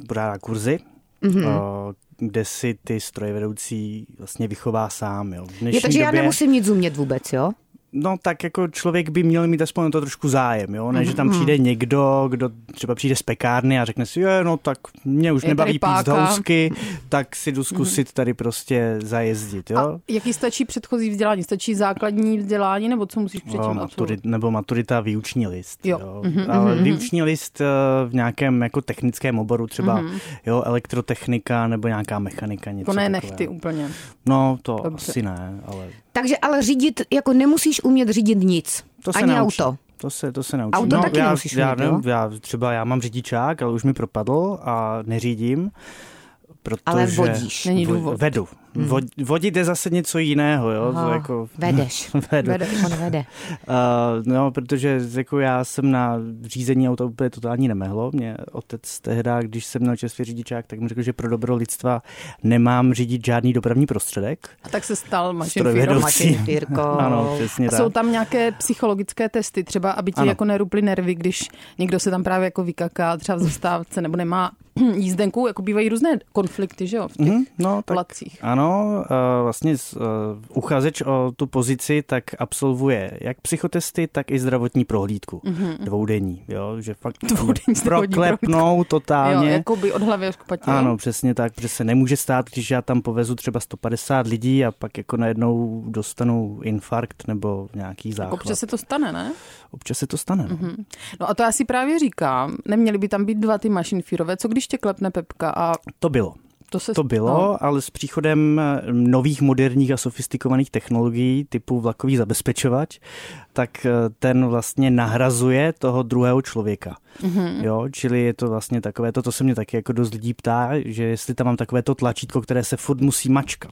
[SPEAKER 4] pořádá kurzy, mm-hmm. uh, kde si ty strojvedoucí vlastně vychová sám. Jo. V
[SPEAKER 5] Je,
[SPEAKER 4] dnešní
[SPEAKER 5] takže já
[SPEAKER 4] době-
[SPEAKER 5] nemusím nic umět vůbec, jo?
[SPEAKER 4] No tak jako člověk by měl mít aspoň o to trošku zájem, jo? Ne, že tam přijde někdo, kdo třeba přijde z pekárny a řekne si, jo, no tak mě už
[SPEAKER 3] Je tady
[SPEAKER 4] nebaví pít
[SPEAKER 3] páka."
[SPEAKER 4] housky, tak si jdu zkusit tady prostě zajezdit, jo?
[SPEAKER 3] A jaký stačí předchozí vzdělání? Stačí základní vzdělání, nebo co musíš předtím
[SPEAKER 4] No,
[SPEAKER 3] absolvovat?
[SPEAKER 4] maturit, nebo maturita výuční list.
[SPEAKER 3] Jo. Mhm.
[SPEAKER 4] Jo. Jo.
[SPEAKER 5] Mhm,
[SPEAKER 4] Ale výuční list eh, v nějakém jako technickém oboru, třeba
[SPEAKER 5] Mhm.
[SPEAKER 4] jo, elektrotechnika nebo nějaká mechanika,
[SPEAKER 3] Jako
[SPEAKER 4] něco
[SPEAKER 3] Mhm. ne
[SPEAKER 4] takového.
[SPEAKER 3] nechty úplně.
[SPEAKER 4] No to
[SPEAKER 3] Dobře.
[SPEAKER 4] asi ne, ale
[SPEAKER 5] Takže ale řídit, jako nemusíš umět řídit nic.
[SPEAKER 4] to se
[SPEAKER 5] Ani
[SPEAKER 4] naučí.
[SPEAKER 5] auto.
[SPEAKER 4] To se, to se naučí.
[SPEAKER 5] Auto
[SPEAKER 4] no,
[SPEAKER 5] taky
[SPEAKER 4] já,
[SPEAKER 5] nemusíš
[SPEAKER 4] já,
[SPEAKER 5] mít, jo?
[SPEAKER 4] já, třeba já mám řidičák, ale už mi propadl a neřídím. Protože
[SPEAKER 5] Ale vodíš. Mhm.
[SPEAKER 3] Není
[SPEAKER 4] Vo-
[SPEAKER 3] důvod.
[SPEAKER 4] Vedu. Vo, vodit je zase něco jiného, jo? To jako,
[SPEAKER 5] Vedeš.
[SPEAKER 4] vedu.
[SPEAKER 5] Vede, on vede.
[SPEAKER 4] Uh, no, protože jako já jsem na řízení auta úplně totální nemehlo. Mě otec tehdy, když jsem měl čerstvý řidičák, tak mi řekl, že pro dobro lidstva nemám řídit žádný dopravní prostředek.
[SPEAKER 3] A tak se stal mašinfírou.
[SPEAKER 4] Strojvedoucí.
[SPEAKER 5] mašinfírkou.
[SPEAKER 4] ano, přesně
[SPEAKER 3] Oh. A
[SPEAKER 4] tak.
[SPEAKER 3] jsou tam nějaké psychologické testy, třeba aby ti
[SPEAKER 4] Ano.
[SPEAKER 3] jako neruply nervy, když někdo se tam právě jako vykaká třeba v zastávce nebo nemá jízdenku, jako bývají různé konflikty, že jo, v těch
[SPEAKER 4] Mhm, no, tak
[SPEAKER 3] vlacích.
[SPEAKER 4] Ano, eh, vlastně s- eh, uchazeč o tu pozici tak absolvuje jak psychotesty, tak i zdravotní prohlídku.
[SPEAKER 3] Mhm.
[SPEAKER 4] Dvoudenní, jo, že fakt
[SPEAKER 3] Mm. Dvoudenní zdravotní
[SPEAKER 4] proklepnou
[SPEAKER 3] Jo,
[SPEAKER 4] totálně.
[SPEAKER 3] jako by od hlavy až k patě. Jako
[SPEAKER 4] Ano, přesně tak, protože se nemůže stát, když já tam povezu třeba 150 lidí a pak jako najednou dostanu infarkt nebo nějaký
[SPEAKER 3] Jako
[SPEAKER 4] záchvat.
[SPEAKER 3] občas se to stane, ne?
[SPEAKER 4] Občas se to stane. No.
[SPEAKER 3] No a to já si právě říkám, neměly by tam být dva ty mašinfírové, co když tě klepne Pepka a
[SPEAKER 4] To bylo.
[SPEAKER 3] to se... no.
[SPEAKER 4] To bylo, ale s příchodem eh, nových moderních a sofistikovaných technologií typu vlakový zabezpečovač, tak eh, ten vlastně nahrazuje toho druhého člověka. Mm-hmm. Jo, čili je to vlastně takové, to, to se mě taky jako dost lidí ptá, že jestli tam mám takové to tlačítko, které se furt musí mačkat.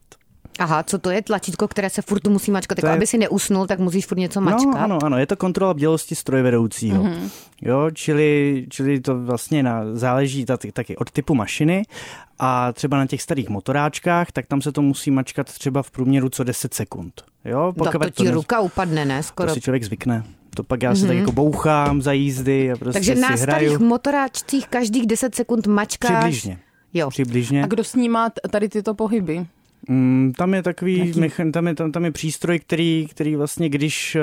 [SPEAKER 5] Aha, co to je tlačítko, které se furt tu musí mačkat? Jako,
[SPEAKER 4] To je-
[SPEAKER 5] aby si neusnul, tak musíš furt něco mačkat.
[SPEAKER 4] No, ano, ano, je to kontrola bdělosti strojvedoucího.
[SPEAKER 5] Mhm.
[SPEAKER 4] Mm-hmm. Jo, čili, čili to vlastně na, záleží taky, taky od typu mašiny a třeba na těch starých motoráčkách, tak tam se to musí mačkat třeba v průměru co 10 sekund. Jo,
[SPEAKER 5] Tak to ti
[SPEAKER 4] ne-
[SPEAKER 5] ruka upadne, ne?
[SPEAKER 4] to
[SPEAKER 5] Skoro.
[SPEAKER 4] si člověk zvykne. To pak já se mm-hmm. tak jako bouchám za jízdy a prostě
[SPEAKER 5] Mhm. Takže
[SPEAKER 4] si
[SPEAKER 5] na starých
[SPEAKER 4] hraju.
[SPEAKER 5] motoráčcích každých 10 sekund mačkáš.
[SPEAKER 4] Přibližně.
[SPEAKER 5] Jo.
[SPEAKER 4] Přibližně.
[SPEAKER 3] A kdo snímá t- tady tyto pohyby?
[SPEAKER 4] Mm, tam je takový, mechan, tam, je, tam, tam je přístroj, který, který vlastně, když eh,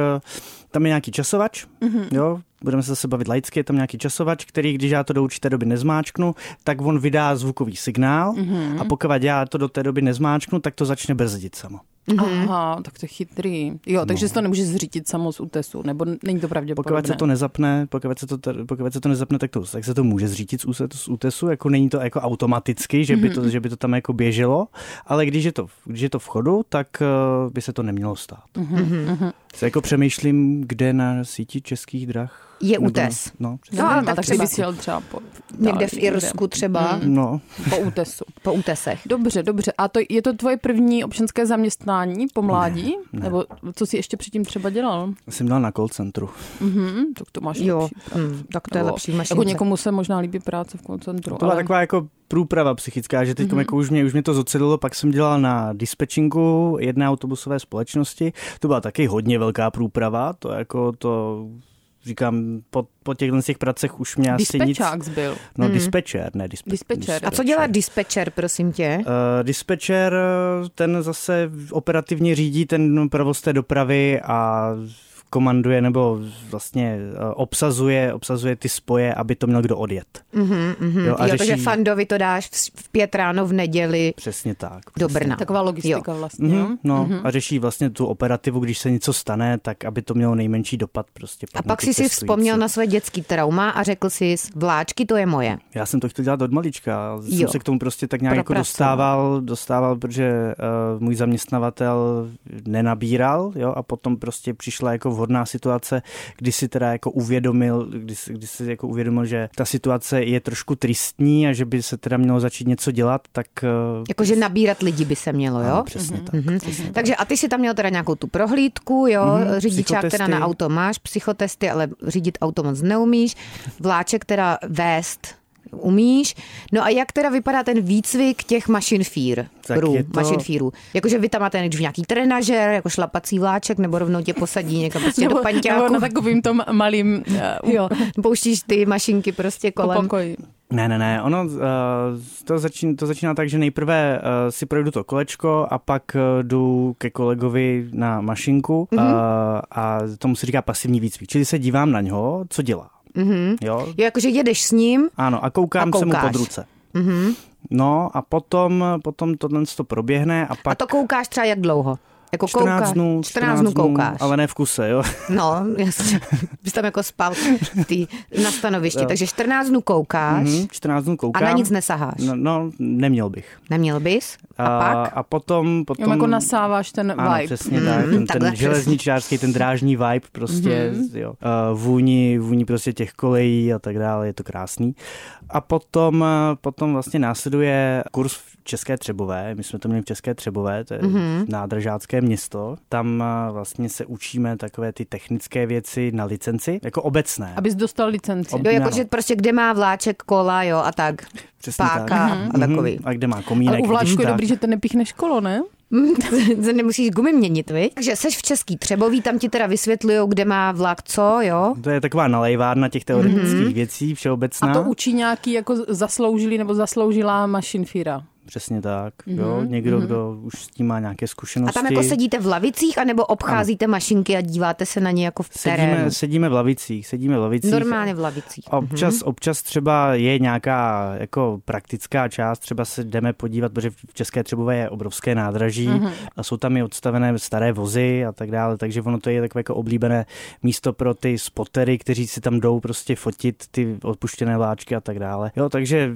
[SPEAKER 4] tam je nějaký časovač, mm-hmm. jo, budeme se zase bavit laicky, je tam nějaký časovač, který, když já to do určité doby nezmáčknu, tak on vydá zvukový signál mm-hmm. a pokud já to do té doby nezmáčknu, tak to začne brzdit samo.
[SPEAKER 3] Aha, tak to je chytrý. Jo, takže si to nemůže zřítit samo z útesu, nebo n- není to pravděpodobné.
[SPEAKER 4] No. Pokud se to nezapne, pokud se to, t- pokud se to nezapne, tak to, tak se to může zřítit z, úse, z útesu, jako není to jako automaticky, že by
[SPEAKER 5] Mhm.
[SPEAKER 4] to, že by to tam jako běželo, ale když je to, když je to v chodu, tak eh, by se to nemělo stát.
[SPEAKER 5] Mhm,
[SPEAKER 4] Se jako přemýšlím, kde na síti českých drah
[SPEAKER 5] Je
[SPEAKER 4] nebo-
[SPEAKER 5] útes.
[SPEAKER 4] No, přesně.
[SPEAKER 5] No, ale
[SPEAKER 3] a
[SPEAKER 5] tak
[SPEAKER 3] tak ty
[SPEAKER 5] třeba-
[SPEAKER 3] bys jel třeba po, v
[SPEAKER 5] Někde v
[SPEAKER 3] Itálii,
[SPEAKER 5] Irsku třeba,
[SPEAKER 4] no.
[SPEAKER 3] Po útesu.
[SPEAKER 5] po útesech.
[SPEAKER 3] Dobře, dobře. A to, je to tvoje první občanské zaměstnání po mládí? Ne, ne. Nebo co jsi ještě předtím třeba dělal?
[SPEAKER 4] jsem dal na call centru.
[SPEAKER 3] Hm, tak to máš
[SPEAKER 5] Jo,
[SPEAKER 3] lepší.
[SPEAKER 5] hm, tak to je
[SPEAKER 3] Nebo-
[SPEAKER 5] lepší v mašince.
[SPEAKER 3] Jako někomu se možná líbí práce v
[SPEAKER 5] No,
[SPEAKER 3] koncentru.
[SPEAKER 4] To byla taková jako průprava psychická, že teď
[SPEAKER 5] Mhm.
[SPEAKER 4] mm-hmm. jako už, mě, už mě to zocedilo, pak jsem dělal na dispečingu jedné autobusové společnosti, to byla taky hodně velká průprava, to jako to říkám, po, po těchto z těch pracech už mě asi nic...
[SPEAKER 3] Dispečák byl.
[SPEAKER 4] No, hmm. dispečer, ne dispe,
[SPEAKER 3] Dispečer.
[SPEAKER 5] Mhm. A co dělá dispečer, prosím tě?
[SPEAKER 4] Uh, dispečer, eh, ten zase operativně řídí ten provoz té dopravy a komanduje nebo vlastně eh, obsazuje, obsazuje ty spoje, aby to měl kdo odjet. Mm-hmm, mm-hmm. Jo, a
[SPEAKER 5] jo,
[SPEAKER 4] řeší...
[SPEAKER 5] takže fandovi to dáš v- v pět ráno v neděli
[SPEAKER 4] Přesně tak.
[SPEAKER 5] do Brna.
[SPEAKER 3] Taková logistika
[SPEAKER 5] No, Jo. Mhm.
[SPEAKER 3] vlastně.
[SPEAKER 4] Mm-hmm, no mm-hmm. a řeší vlastně tu operativu, když se něco stane, tak aby to mělo nejmenší dopad prostě.
[SPEAKER 5] A
[SPEAKER 4] na
[SPEAKER 5] pak
[SPEAKER 4] ty
[SPEAKER 5] jsi si
[SPEAKER 4] cestující.
[SPEAKER 5] vzpomněl na své dětské trauma a řekl jsi, vláčky to je moje.
[SPEAKER 4] Já jsem to chtěl dělat od malička. Jo.
[SPEAKER 5] Jo. no.
[SPEAKER 4] Jsem se k tomu prostě tak nějak jako
[SPEAKER 5] Propracoval.
[SPEAKER 4] dostával, dostával, protože uh, můj zaměstnavatel nenabíral, jo, a potom prostě přišla jako vhodná situace, kdy si teda jako uvědomil, kdy, si- kdy si jako uvědomil, že ta situace je trošku tristní a že by se teda mělo začít něco dělat, tak uh,
[SPEAKER 5] Jakože nabírat lidi by se mělo, jo?
[SPEAKER 4] přesně tak.
[SPEAKER 5] Mhm. Takže a ty si tam měl teda nějakou tu prohlídku, jo, mm-hmm, řidičák teda
[SPEAKER 4] Mhm, psychotesty.
[SPEAKER 5] na auto máš, psychotesty, ale řídit auto moc neumíš, vláček teda vést umíš. No a jak teda vypadá ten výcvik těch mašinfír?
[SPEAKER 4] Tak
[SPEAKER 5] Rů,
[SPEAKER 4] je to-
[SPEAKER 5] mašinfírů. Jakože vy tam máte nejdřív nějaký trenažer, jako šlapací vláček, nebo rovnou tě posadí někam prostě do
[SPEAKER 3] nebo
[SPEAKER 5] panťáku.
[SPEAKER 3] na takovým tom malým uh,
[SPEAKER 5] Jo, pouštíš ty mašinky prostě kolem.
[SPEAKER 3] pokoji.
[SPEAKER 4] Ne, ne, ne, ono uh, to, začíná, to začíná tak, že nejprve uh, si projdu to kolečko a pak uh, jdu ke kolegovi na mašinku mm-hmm.
[SPEAKER 5] Mhm.
[SPEAKER 4] uh, a tomu se říká pasivní výcvik, čili se dívám na něho, co dělá. Mm-hmm. Jo?
[SPEAKER 5] Mhm. Jo, jakože jedeš s ním, mhm.
[SPEAKER 4] Ano, a koukám
[SPEAKER 5] A
[SPEAKER 4] se mu
[SPEAKER 5] koukáš.
[SPEAKER 4] pod ruce. Mm-hmm. No a potom, potom tohle to proběhne a pak
[SPEAKER 5] A to koukáš třeba jak dlouho? Jako
[SPEAKER 4] 14
[SPEAKER 5] koukáš,
[SPEAKER 4] dnů,
[SPEAKER 5] 14 dnů koukáš.
[SPEAKER 4] ale ne v kuse, jo.
[SPEAKER 5] No, jasně. Bys tam jako spal v tý, na stanovišti. Takže 14 dnů koukáš
[SPEAKER 4] Mhm, 14 dnů
[SPEAKER 5] a
[SPEAKER 4] koukám.
[SPEAKER 5] na nic nesaháš.
[SPEAKER 4] No, no neměl bych.
[SPEAKER 5] Neměl bys? A
[SPEAKER 4] a,
[SPEAKER 5] pak?
[SPEAKER 4] a potom, potom...
[SPEAKER 3] Jo, jako nasáváš ten vibe.
[SPEAKER 4] Ano, přesně tak. Ten,
[SPEAKER 5] takhle
[SPEAKER 4] ten
[SPEAKER 5] přesně.
[SPEAKER 4] železničářský, ten drážní vibe prostě, mm. jo. Uh, vůni, vůni prostě těch kolejí a tak dále, je to krásný. A potom, eh, potom vlastně následuje kurz v České Třebové, my jsme to měli v České Třebové, to je mm. nádržácké město. Tam eh, vlastně se učíme takové ty technické věci na licenci, jako obecné.
[SPEAKER 3] Abys dostal licenci.
[SPEAKER 5] Jo, jako,
[SPEAKER 4] no.
[SPEAKER 5] že prostě kde má vláček, kola, jo, a tak.
[SPEAKER 4] Přesně
[SPEAKER 5] páka
[SPEAKER 4] Mhm.
[SPEAKER 5] a takový.
[SPEAKER 4] Mhm. A kde má
[SPEAKER 3] Ale
[SPEAKER 4] komínek.
[SPEAKER 3] u vláčku
[SPEAKER 4] když
[SPEAKER 3] je
[SPEAKER 4] tak.
[SPEAKER 3] dobrý, že ten nepíchneš kolo, ne?
[SPEAKER 4] Mhm.
[SPEAKER 5] Nemusíš gumy měnit, vy? Takže seš v Český Třebový, tam ti teda vysvětlují, kde má vlak co, jo?
[SPEAKER 4] To je taková nalejvárna těch teoretických mm-hmm. věcí, všeobecná.
[SPEAKER 3] A to učí nějaký jako zasloužilý nebo zasloužilá mašinfíra.
[SPEAKER 4] Přesně tak. Mm-hmm. Jo, někdo, mm-hmm. kdo už s tím má
[SPEAKER 5] Mhm,
[SPEAKER 4] nějaké
[SPEAKER 5] A
[SPEAKER 4] zkušenosti.
[SPEAKER 5] tam jako sedíte v lavicích, anebo obcházíte mašinky a díváte se na ně jako v terénu.
[SPEAKER 4] sedíme, sedíme v lavicích, sedíme v lavicích.
[SPEAKER 5] Normálně v lavicích.
[SPEAKER 4] Občas, občas třeba je nějaká jako praktická část, třeba se jdeme podívat, protože v České Třebové je obrovské nádraží mm-hmm. a jsou tam i odstavené staré vozy a tak dále, takže ono to je takové jako oblíbené místo pro ty spotery, kteří si tam jdou prostě fotit ty odpuštěné vláčky a tak dále. Jo, takže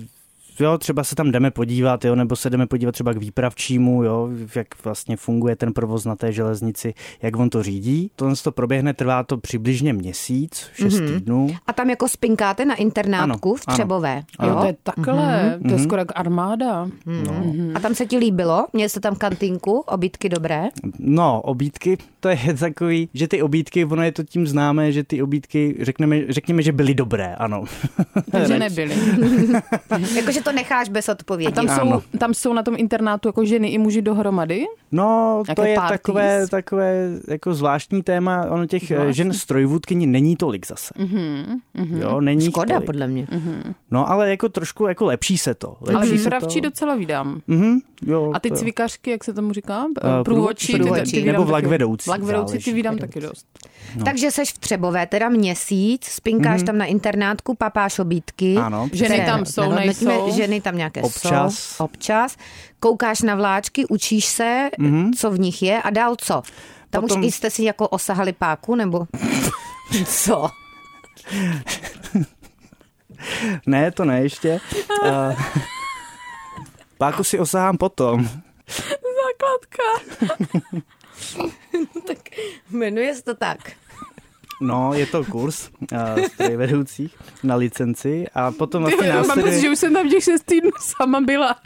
[SPEAKER 4] Jo, třeba se tam jdeme podívat, jo, nebo se jdeme podívat třeba k výpravčímu, jo, jak vlastně funguje ten provoz na té železnici, jak on to řídí. Tohle to proběhne, trvá to přibližně měsíc, šest mm-hmm. týdnů.
[SPEAKER 5] A tam jako spinkáte na internátku
[SPEAKER 4] Ano, Mhm.
[SPEAKER 5] v Třebové.
[SPEAKER 3] Jo,
[SPEAKER 5] Jo?
[SPEAKER 3] to je takhle, to je skoro jak armáda.
[SPEAKER 4] No.
[SPEAKER 5] Mm-hmm. A tam se ti líbilo? Měl jste tam kantinku, obytky dobré?
[SPEAKER 4] no, obídky, to je takový, že ty obídky, ono je to tím známé, že ty obídky, řekneme, řekněme, že byly dobré, ano.
[SPEAKER 3] Takže nebyli.
[SPEAKER 5] Jakože to necháš bez
[SPEAKER 3] A
[SPEAKER 5] odpovědi.
[SPEAKER 3] tam
[SPEAKER 4] Ano.
[SPEAKER 3] jsou, tam jsou na tom internátu jako ženy i muži dohromady.
[SPEAKER 4] No, to
[SPEAKER 3] Jaké
[SPEAKER 4] je
[SPEAKER 3] parties?
[SPEAKER 4] takové, takové jako zvláštní téma, ono těch Zvláštní. žen strojvůdkyní není tolik zase. Mm-hmm,
[SPEAKER 3] Mhm,
[SPEAKER 4] mm-hmm. Jo, není jich
[SPEAKER 5] Škoda,
[SPEAKER 4] tolik.
[SPEAKER 5] podle mě.
[SPEAKER 4] No, ale jako trošku jako lepší se to. Lepší
[SPEAKER 3] Ale
[SPEAKER 4] se
[SPEAKER 3] výpravčí
[SPEAKER 4] to.
[SPEAKER 3] docela vydám.
[SPEAKER 4] Mm-hmm, jo,
[SPEAKER 3] A ty
[SPEAKER 4] to jo.
[SPEAKER 3] cvikařky, jak se tomu říká?
[SPEAKER 4] Eh,
[SPEAKER 3] Průvodčí. ty-
[SPEAKER 5] průvodčí.
[SPEAKER 3] ty vydám
[SPEAKER 4] Nebo
[SPEAKER 3] taky.
[SPEAKER 4] vlakvedoucí,
[SPEAKER 3] Vlakvedoucí ty
[SPEAKER 4] záleží.
[SPEAKER 3] vydám taky dost.
[SPEAKER 4] No.
[SPEAKER 5] Takže seš v Třebové, teda měsíc, spinkáš tam na internátku, papáš obídky.
[SPEAKER 4] Mhm. Ano,
[SPEAKER 3] Ženy
[SPEAKER 5] Které
[SPEAKER 3] tam jsou,
[SPEAKER 5] nehodnotíme,
[SPEAKER 3] nejsou.
[SPEAKER 5] Ženy tam nějaké
[SPEAKER 4] Občas.
[SPEAKER 5] jsou. Občas. Koukáš na vláčky, učíš se, mm-hmm. co v nich je a dál co? Tam Potom...
[SPEAKER 4] Mhm. Potom-
[SPEAKER 5] už i jste si jako osahali páku, nebo co?
[SPEAKER 4] Ne, to ne ještě. Uh, páku si osahám potom.
[SPEAKER 3] Základka.
[SPEAKER 5] tak jmenuje se to tak.
[SPEAKER 4] No, je to kurz uh, vedoucích na licenci a potom
[SPEAKER 3] Ty,
[SPEAKER 4] vlastně
[SPEAKER 3] já mám pocit, že
[SPEAKER 4] následuje,
[SPEAKER 3] už jsem tam těch šest týdnů sama byla.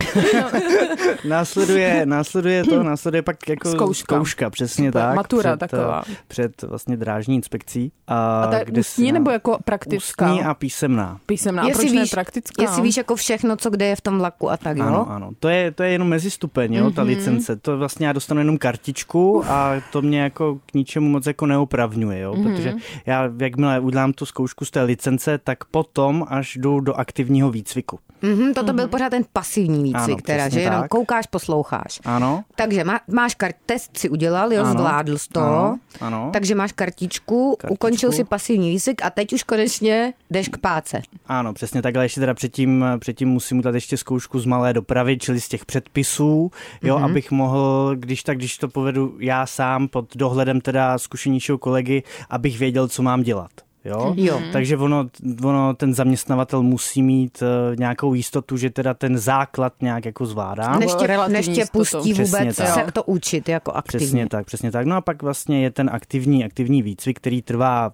[SPEAKER 4] následuje, následuje to, následuje pak jako
[SPEAKER 3] Zkouška.
[SPEAKER 4] zkouška přesně
[SPEAKER 3] Super,
[SPEAKER 4] tak.
[SPEAKER 3] matura
[SPEAKER 4] před, eh,
[SPEAKER 3] taková.
[SPEAKER 4] Před vlastně drážní inspekcí. Uh,
[SPEAKER 3] A ta je ústní nebo jako praktická?
[SPEAKER 4] Ústní a písemná.
[SPEAKER 3] Písemná, a proč ne praktická?
[SPEAKER 5] jestli víš jako všechno, co kde je v tom vlaku a tak, jo?
[SPEAKER 4] Ano, ano. To je, to je jenom mezistupeň, jo,
[SPEAKER 3] Mhm.
[SPEAKER 4] ta licence.
[SPEAKER 3] Mhm.
[SPEAKER 4] To vlastně já dostanu jenom kartičku a to mě jako k ničemu moc jako neopravňuje, jo, protože Já jakmile udělám tu zkoušku z té licence, tak potom až jdu do aktivního výcviku.
[SPEAKER 5] Mhm, toto byl pořád ten pasivní
[SPEAKER 4] Ano,
[SPEAKER 5] výcvik, teda,
[SPEAKER 4] přesně
[SPEAKER 5] že jenom
[SPEAKER 4] tak.
[SPEAKER 5] koukáš, posloucháš.
[SPEAKER 4] Ano.
[SPEAKER 5] Takže má, máš kart, test si udělal, jo,
[SPEAKER 4] Ano,
[SPEAKER 5] zvládl jsi to.
[SPEAKER 4] ano, ano.
[SPEAKER 5] Takže máš kartičku,
[SPEAKER 4] Kartičku.
[SPEAKER 5] ukončil si pasivní výcvik a teď už konečně jdeš k páce.
[SPEAKER 4] Ano, přesně takhle. Ještě teda předtím, předtím musím udělat ještě zkoušku z malé dopravy, čili z těch předpisů, jo, mm-hmm. abych mohl, když tak, když to povedu já sám pod dohledem teda zkušenějšího kolegy, abych věděl, co mám dělat. Jo?
[SPEAKER 5] Jo.
[SPEAKER 4] Takže ono, ono, ten zaměstnavatel musí mít uh, nějakou jistotu, že teda ten základ nějak jako zvládá.
[SPEAKER 5] Než tě,
[SPEAKER 3] relativní
[SPEAKER 5] než tě
[SPEAKER 3] jistotou.
[SPEAKER 5] pustí
[SPEAKER 4] Přesně
[SPEAKER 5] vůbec
[SPEAKER 4] tak.
[SPEAKER 5] se to učit jako aktivně.
[SPEAKER 4] Přesně tak, přesně tak. No a pak vlastně je ten aktivní, aktivní výcvik, který trvá,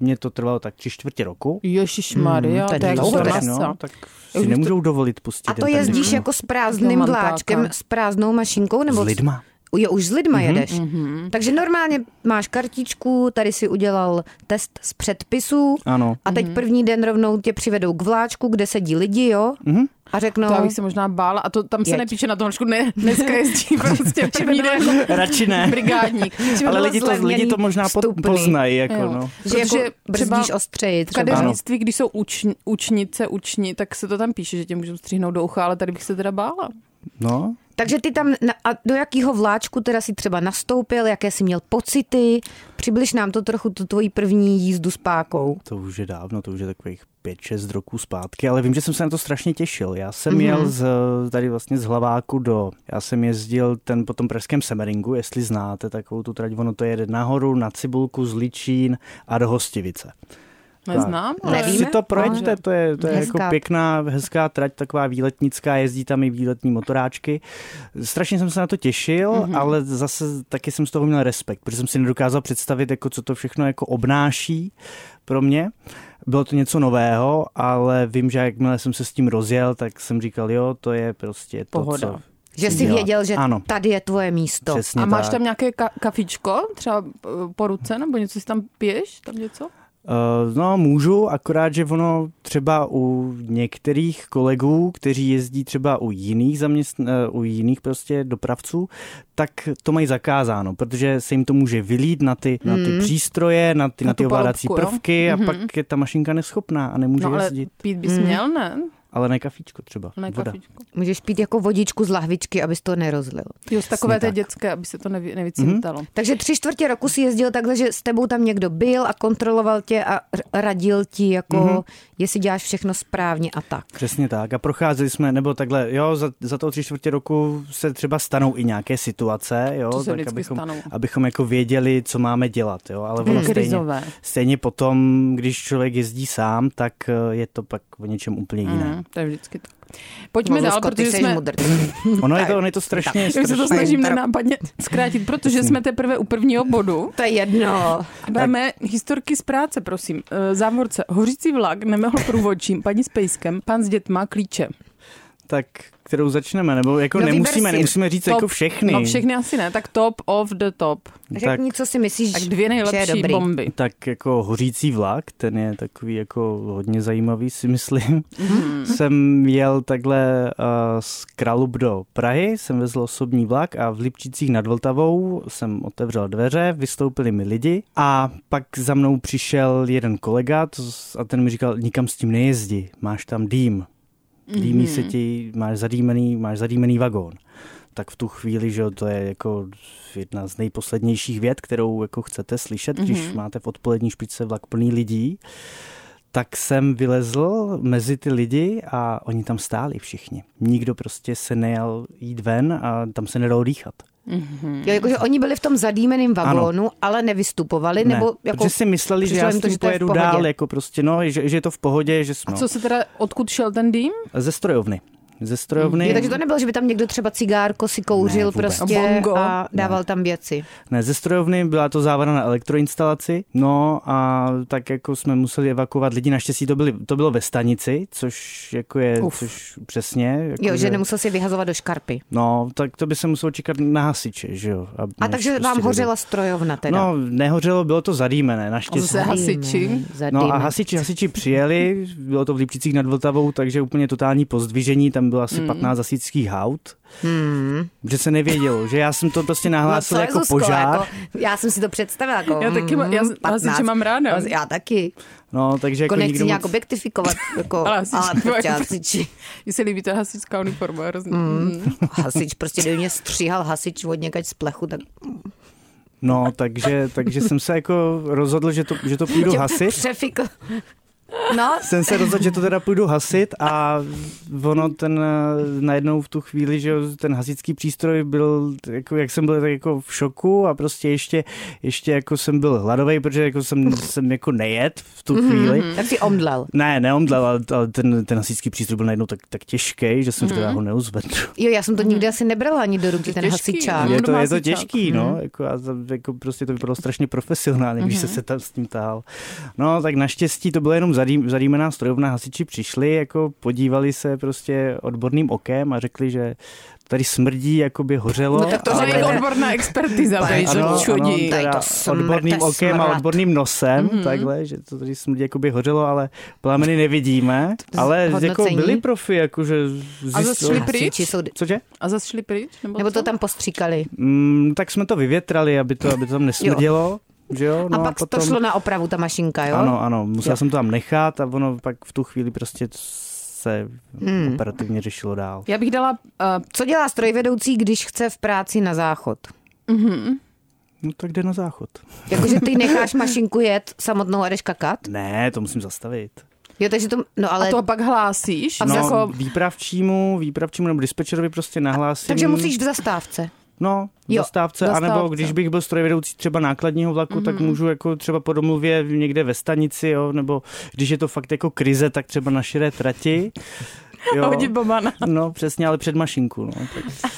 [SPEAKER 4] mně to trvalo tak tři čtvrtě roku.
[SPEAKER 3] Ježišmarja,
[SPEAKER 5] Hmm, to je
[SPEAKER 3] to je
[SPEAKER 5] dlouho
[SPEAKER 3] jako
[SPEAKER 5] teda.
[SPEAKER 3] prasa.
[SPEAKER 4] no, tak
[SPEAKER 3] už
[SPEAKER 4] si
[SPEAKER 3] to-
[SPEAKER 4] nemůžou dovolit pustit.
[SPEAKER 5] A to
[SPEAKER 4] jen tak
[SPEAKER 5] jezdíš
[SPEAKER 4] někoho.
[SPEAKER 5] jako s prázdným
[SPEAKER 3] mandáka.
[SPEAKER 5] vláčkem, s prázdnou mašinkou? Nebo
[SPEAKER 4] S lidma. Mhm.
[SPEAKER 5] Jo, už s lidma mm-hmm. jedeš. Mm-hmm. Takže normálně máš kartičku, tady si udělal test z předpisů
[SPEAKER 4] Ano.
[SPEAKER 5] a
[SPEAKER 3] Mhm.
[SPEAKER 5] teď mm-hmm. první den rovnou tě přivedou k vláčku, kde sedí lidi, jo? Mm-hmm. A řeknou,
[SPEAKER 3] To já bych se možná bála. A to tam se
[SPEAKER 5] Jeď.
[SPEAKER 3] nepíše na tom, ne, dneska jezdí prostě první den.
[SPEAKER 4] Radši ne.
[SPEAKER 3] Brigádník. Že by
[SPEAKER 4] Ale
[SPEAKER 3] bylo
[SPEAKER 4] lidi to, lidi to
[SPEAKER 5] zlevněný
[SPEAKER 4] možná pod,
[SPEAKER 5] vstupný.
[SPEAKER 4] poznají. Jako,
[SPEAKER 3] Jo.
[SPEAKER 4] no.
[SPEAKER 5] že jako
[SPEAKER 3] protože třeba
[SPEAKER 5] brzdíš ostřeji
[SPEAKER 3] V
[SPEAKER 5] třeba.
[SPEAKER 3] kadeřnictví, když jsou učni, učnice, učni, tak se to tam píše, že tě můžou stříhnout do ucha, ale tady bych se teda bála.
[SPEAKER 4] no.
[SPEAKER 5] Takže ty tam, na, a do jakého vláčku teda si třeba nastoupil, jaké jsi měl pocity? Přibliž nám to trochu, tu tvoji první jízdu s pákou.
[SPEAKER 4] To už je dávno, to už je takových 5-6 roků zpátky, ale vím, že jsem se na to strašně těšil. Já jsem
[SPEAKER 5] Mhm.
[SPEAKER 4] mm-hmm. jel z, tady vlastně z Hlaváku do, já jsem jezdil ten po tom pražském Semeringu, jestli znáte takovou tu trať, ono to jede nahoru, na Cibulku, z Ličín a do Hostivice.
[SPEAKER 3] Neznám, ale...
[SPEAKER 5] Nevím.
[SPEAKER 4] Si to projeďte,
[SPEAKER 3] Ale-
[SPEAKER 4] to je, to je
[SPEAKER 5] Hezká.
[SPEAKER 4] jako pěkná, hezká trať, taková výletnická, jezdí tam i výletní motoráčky. Strašně jsem se na to těšil,
[SPEAKER 3] Mhm.
[SPEAKER 4] mm-hmm. ale zase taky jsem z toho měl respekt, protože jsem si nedokázal představit, jako co to všechno jako obnáší pro mě. Bylo to něco nového, ale vím, že jakmile jsem se s tím rozjel, tak jsem říkal, jo, to je prostě to,
[SPEAKER 3] Pohoda.
[SPEAKER 4] co
[SPEAKER 5] Že
[SPEAKER 4] chci
[SPEAKER 5] jsi
[SPEAKER 4] dělat.
[SPEAKER 5] věděl, že
[SPEAKER 4] ano,
[SPEAKER 5] tady je tvoje místo.
[SPEAKER 4] přesně
[SPEAKER 3] A máš
[SPEAKER 4] tak.
[SPEAKER 3] tam nějaké ka- kafičko, třeba eh, po ruce, nebo něco si tam piješ, tam něco?
[SPEAKER 4] Eh, No, můžu, akorát, že ono třeba u některých kolegů, kteří jezdí třeba u jiných zaměstn... eh, u jiných prostě dopravců, tak to mají zakázáno, protože se jim to může vylít na ty, na ty přístroje, na ty,
[SPEAKER 3] Hmm.
[SPEAKER 4] na
[SPEAKER 3] Na
[SPEAKER 4] ty
[SPEAKER 3] tu
[SPEAKER 4] ovládací
[SPEAKER 3] palubku, jo? Mhm.
[SPEAKER 4] prvky a pak je ta mašinka neschopná a nemůže
[SPEAKER 3] No ale
[SPEAKER 4] jezdit.
[SPEAKER 3] pít bys měl, ne?
[SPEAKER 4] Ale ne kafíčko třeba,
[SPEAKER 3] Ne,
[SPEAKER 4] voda.
[SPEAKER 3] kafičko.
[SPEAKER 5] Můžeš pít jako vodičku z lahvičky, abys to nerozlil.
[SPEAKER 3] Jo, z takové té
[SPEAKER 4] tak. Mhm.
[SPEAKER 3] dětské, aby se to nevy, nevycintalo.
[SPEAKER 5] Takže tři čtvrtě roku si jezdil takhle, že s tebou tam někdo byl a kontroloval tě a r- radil ti, jako mm-hmm. jestli děláš všechno správně a tak.
[SPEAKER 4] Přesně tak. A procházeli jsme, nebo takhle, jo, za, za toho tři čtvrtě roku se třeba stanou i nějaké situace, jo,
[SPEAKER 3] To se vždycky
[SPEAKER 4] abychom,
[SPEAKER 3] stanou.
[SPEAKER 4] abychom jako věděli, co máme dělat, jo, ale ono
[SPEAKER 3] Hmm.
[SPEAKER 4] stejně,
[SPEAKER 3] Krizové.
[SPEAKER 4] stejně potom, když člověk jezdí sám, tak eh, je to pak o něčem úplně jiné.
[SPEAKER 3] Mm, to je vždycky tak. Pojďme dál,
[SPEAKER 5] Vlsko, ty
[SPEAKER 3] protože
[SPEAKER 5] jsi
[SPEAKER 3] jsme...
[SPEAKER 5] mudr.
[SPEAKER 4] Ono je to, ono je to strašně,
[SPEAKER 3] Já se to
[SPEAKER 4] strašně
[SPEAKER 3] snažím nenápadně zkrátit, protože jsme teprve u prvního bodu.
[SPEAKER 5] To je jedno.
[SPEAKER 3] Dáme historky z práce, prosím. Eh, Závorce. Hořící vlak nemohl průvodčím, paní s pejskem, pan s dětma, klíče.
[SPEAKER 4] tak kterou začneme, nebo jako
[SPEAKER 5] No, vyber
[SPEAKER 4] nemusíme,
[SPEAKER 5] si.
[SPEAKER 4] nemusíme říct
[SPEAKER 3] Top.
[SPEAKER 4] jako všechny.
[SPEAKER 3] No všechny asi ne, tak top of the top.
[SPEAKER 4] Tak,
[SPEAKER 5] Řekni, co si myslíš,
[SPEAKER 3] Tak dvě
[SPEAKER 5] že je
[SPEAKER 3] nejlepší
[SPEAKER 5] dobrý.
[SPEAKER 3] bomby.
[SPEAKER 4] tak jako hořící vlak, ten je takový jako hodně zajímavý, si myslím. jsem jel takhle uh, z Kralup do Prahy, jsem vezl osobní vlak a v Lipčících nad Vltavou jsem otevřel dveře, vystoupili mi lidi a pak za mnou přišel jeden kolega to, s- a ten mi říkal, nikam s tím nejezdi, máš tam dým. Dýmí se ti, máš zadýmený, máš zadýmený vagón. Tak v tu chvíli, že jo, to je jako jedna z nejposlednějších věd, kterou jako chcete slyšet, mm-hmm.
[SPEAKER 5] Mhm.
[SPEAKER 4] když máte v odpolední špičce vlak plný lidí tak jsem vylezl mezi ty lidi a oni tam stáli všichni. Nikdo prostě se nejel jít ven a tam se nedalo dýchat.
[SPEAKER 5] Jo, jakože oni byli v tom zadýmeném vagónu, ano. ale nevystupovali,
[SPEAKER 4] Ne,
[SPEAKER 5] nebo jako...
[SPEAKER 4] protože si mysleli, že
[SPEAKER 5] přišlo
[SPEAKER 4] já
[SPEAKER 5] jim
[SPEAKER 4] s
[SPEAKER 5] to,
[SPEAKER 4] tím
[SPEAKER 5] že to je v
[SPEAKER 4] pojedu
[SPEAKER 5] pohodě.
[SPEAKER 4] dál, jako prostě, no, že, že je to v pohodě, že
[SPEAKER 5] No.
[SPEAKER 4] jsme.
[SPEAKER 3] Co se teda, odkud šel ten dým?
[SPEAKER 4] Ze strojovny. Ze strojovny.
[SPEAKER 5] Jo, takže to nebylo, že by tam někdo třeba cigárko si kouřil
[SPEAKER 4] Ne,
[SPEAKER 5] ne,
[SPEAKER 4] vůbec.
[SPEAKER 5] prostě
[SPEAKER 3] A bongo.
[SPEAKER 5] a dával ne. tam věci.
[SPEAKER 4] Ne, ze strojovny byla to závada na elektroinstalaci, no a tak jako jsme museli evakuovat lidi, naštěstí to, byli, to bylo ve stanici, což jako je,
[SPEAKER 3] Uf.
[SPEAKER 4] což přesně. Jako
[SPEAKER 5] Jo, že nemusel si vyhazovat do škarpy.
[SPEAKER 4] No, tak to by se muselo čekat na hasiče, že jo.
[SPEAKER 5] A
[SPEAKER 4] než
[SPEAKER 5] takže vám
[SPEAKER 4] dojde.
[SPEAKER 5] hořela strojovna teda.
[SPEAKER 4] prostě No, nehořelo, bylo to zadýmené, naštěstí.
[SPEAKER 3] Zase. Hasiči.
[SPEAKER 5] Zadýmen.
[SPEAKER 4] No a hasiči, hasiči přijeli, bylo to v Lipčicích nad Vltavou, takže úplně totální pozdvižení, tam tam bylo
[SPEAKER 5] Hmm.
[SPEAKER 4] asi 15 zasíckých haut, že se nevědělo, že já jsem to prostě nahlásil
[SPEAKER 5] No, co je,
[SPEAKER 4] jako
[SPEAKER 5] Zuzko,
[SPEAKER 4] požár.
[SPEAKER 5] Jako, já jsem si to představila. Jako,
[SPEAKER 3] Já taky má- já
[SPEAKER 5] mm,
[SPEAKER 3] hasiče
[SPEAKER 5] 15.
[SPEAKER 3] mám ráda.
[SPEAKER 5] Já taky.
[SPEAKER 4] No, takže
[SPEAKER 5] Jako
[SPEAKER 4] jako
[SPEAKER 5] nechci
[SPEAKER 4] nikdo
[SPEAKER 5] nějak
[SPEAKER 4] moc...
[SPEAKER 5] objektifikovat, jako,
[SPEAKER 3] Ale
[SPEAKER 5] ale,
[SPEAKER 3] hasiči
[SPEAKER 5] ale
[SPEAKER 3] tvoje.
[SPEAKER 5] prostě hasiči.
[SPEAKER 3] Mně se líbí ta hasičská uniforma, hrozně. Mm.
[SPEAKER 5] Hasič, prostě do mě stříhal hasič od někač z plechu, tak
[SPEAKER 4] No, takže, takže jsem se jako rozhodl, že to, že to půjdu
[SPEAKER 5] tě
[SPEAKER 4] hasit.
[SPEAKER 5] přefikl. No,
[SPEAKER 4] jsem se rozhodl, že to teda půjdu hasit a ono ten eh, najednou v tu chvíli, že jo, ten hasičský přístroj byl, jako, jak jsem byl tak jako v šoku a prostě ještě, ještě jako jsem byl hladový, protože jako jsem, jsem jako nejet v tu chvíli.
[SPEAKER 5] tak si omdlel.
[SPEAKER 4] Ne, neomdlel, ale, ale ten, ten hasičský přístroj byl najednou tak, tak těžký, že jsem říkal, já ho neuzvednu.
[SPEAKER 5] Jo, já jsem to nikdy asi nebrala ani do ruky,
[SPEAKER 3] Mhm. je
[SPEAKER 5] ten
[SPEAKER 3] těžký,
[SPEAKER 5] hasičák.
[SPEAKER 3] no.
[SPEAKER 4] Je to, je to
[SPEAKER 3] hasičák.
[SPEAKER 4] těžký, no, jako, a za- jako prostě to vypadalo strašně profesionálně, když se se tam s tím tahal. No, tak naštěstí to byla jenom zadý, zadýmená strojovna, hasiči přišli, jako podívali se prostě odborným okem a řekli, že tady smrdí, jako by hořelo.
[SPEAKER 5] No, tak to
[SPEAKER 3] To
[SPEAKER 4] ale-
[SPEAKER 5] řekli,
[SPEAKER 3] je
[SPEAKER 5] Ale-
[SPEAKER 3] odborná expertiza,
[SPEAKER 5] Ale-
[SPEAKER 3] tady, že
[SPEAKER 4] ano, ano,
[SPEAKER 5] Tady
[SPEAKER 3] čudí.
[SPEAKER 4] teda
[SPEAKER 5] to smrde,
[SPEAKER 4] odborným okem a
[SPEAKER 5] smrad.
[SPEAKER 4] odborným nosem, takhle, že to tady smrdí, jako by hořelo, ale plameny nevidíme, ale jako
[SPEAKER 5] hodnocení?
[SPEAKER 4] byli profi, jako že
[SPEAKER 3] A zase šli
[SPEAKER 4] zjistili.
[SPEAKER 3] pryč?
[SPEAKER 5] Hasiči jsou...
[SPEAKER 4] Cože?
[SPEAKER 3] A zase šli pryč? Nebo,
[SPEAKER 5] Nebo to
[SPEAKER 3] co?
[SPEAKER 5] tam postříkali.
[SPEAKER 4] Mm, tak jsme to vyvětrali, aby to, aby to tam nesmrdělo. že jo?
[SPEAKER 5] A
[SPEAKER 4] No
[SPEAKER 5] pak
[SPEAKER 4] potom...
[SPEAKER 5] to šlo na opravu, ta mašinka, jo?
[SPEAKER 4] Ano, ano, musel
[SPEAKER 5] Jo.
[SPEAKER 4] jsem to tam nechat a ono pak v tu chvíli prostě se
[SPEAKER 5] Hmm.
[SPEAKER 4] mm. operativně řešilo dál.
[SPEAKER 3] Já bych dala uh,
[SPEAKER 5] Co dělá strojvedoucí, když chce v práci na záchod?
[SPEAKER 4] No tak jde na záchod.
[SPEAKER 5] Jakože ty necháš mašinku jet samotnou a jdeš kakat?
[SPEAKER 4] Ne, to musím zastavit.
[SPEAKER 5] Jo, takže to... No ale...
[SPEAKER 3] A to pak hlásíš?
[SPEAKER 5] A
[SPEAKER 4] No,
[SPEAKER 3] jako,
[SPEAKER 4] výpravčímu, výpravčímu nebo dispečerovi prostě nahlásím.
[SPEAKER 5] Takže musíš v zastávce.
[SPEAKER 4] No, v
[SPEAKER 5] Jo,
[SPEAKER 4] zastávce,
[SPEAKER 3] zastávce.
[SPEAKER 4] anebo když bych byl strojvedoucí třeba nákladního vlaku, mm-hmm.
[SPEAKER 5] Mhm.
[SPEAKER 4] tak můžu jako třeba po domluvě někde ve stanici, jo, nebo když je to fakt jako krize, tak třeba na širé trati.
[SPEAKER 3] a hodí bobana.
[SPEAKER 4] No, přesně, ale před mašinku. No, tak,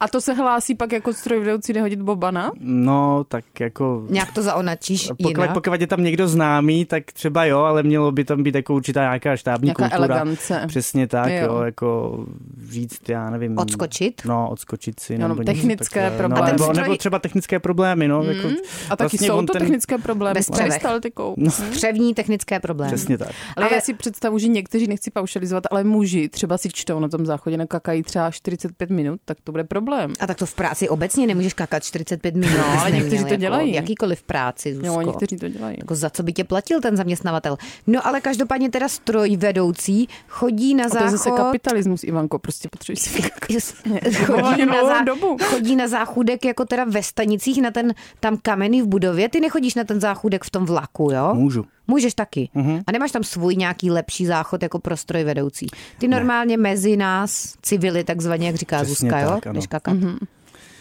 [SPEAKER 3] A to se hlásí pak jako strojvedoucí nehodit bobana?
[SPEAKER 4] no, tak jako...
[SPEAKER 5] Nějak to zaonačíš
[SPEAKER 4] Pokud,
[SPEAKER 5] jinak.
[SPEAKER 4] pokud je tam někdo známý, tak třeba jo, ale mělo by tam být jako určitá nějaká štábní
[SPEAKER 3] Nějaká
[SPEAKER 4] kultura.
[SPEAKER 3] elegance.
[SPEAKER 4] Přesně tak,
[SPEAKER 3] Jo.
[SPEAKER 4] jo. jo, jako říct, já nevím.
[SPEAKER 5] Odskočit?
[SPEAKER 4] No, odskočit si.
[SPEAKER 3] Ano,
[SPEAKER 4] nebo
[SPEAKER 3] technické
[SPEAKER 4] něco takového.
[SPEAKER 3] problémy. A ten Hmm.
[SPEAKER 4] No, nebo,
[SPEAKER 5] stroj-
[SPEAKER 4] nebo třeba technické problémy, no. Mm. Jako,
[SPEAKER 3] A taky
[SPEAKER 4] vlastně
[SPEAKER 3] jsou
[SPEAKER 4] on
[SPEAKER 3] to ten... No. technické problémy
[SPEAKER 5] Bez
[SPEAKER 3] s
[SPEAKER 5] střevech.
[SPEAKER 3] peristaltikou.
[SPEAKER 5] Střevní technické problémy.
[SPEAKER 4] Přesně tak.
[SPEAKER 3] Ale,
[SPEAKER 5] Ale-
[SPEAKER 3] já si představu, že někteří nechci paušalizovat, ale muži třeba si čtou na tom záchodě na kakají třeba 45 minut, tak to bude problém.
[SPEAKER 5] A tak to v práci obecně nemůžeš kakat 45 minut.
[SPEAKER 3] No,
[SPEAKER 5] bys
[SPEAKER 3] ale
[SPEAKER 5] neměl,
[SPEAKER 3] někteří to dělají.
[SPEAKER 5] Jako, jakýkoliv práci, Zuzko.
[SPEAKER 3] Jo, někteří to dělají.
[SPEAKER 5] Jako za co by tě platil ten zaměstnavatel? No ale každopádně teda strojvedoucí chodí na
[SPEAKER 3] A to je zase
[SPEAKER 5] záchod...
[SPEAKER 3] kapitalismus, Ivanko, prostě potřebuješ si vykak-
[SPEAKER 5] chodí, na
[SPEAKER 3] dlouhou
[SPEAKER 5] zá...
[SPEAKER 3] dobu.
[SPEAKER 5] chodí na záchůdek jako teda ve stanicích na ten tam kameny v budově. Ty nechodíš na ten záchůdek v tom vlaku, jo?
[SPEAKER 4] Můžu.
[SPEAKER 5] Můžeš taky. Uh-huh. A nemáš tam svůj nějaký lepší záchod jako pro strojvedoucí. Ty normálně mezi nás, civily takzvaně, jak říká
[SPEAKER 4] Přesně
[SPEAKER 5] Zuzka, jo?
[SPEAKER 4] tak, ano.
[SPEAKER 5] Jdeš kakat. Uh-huh.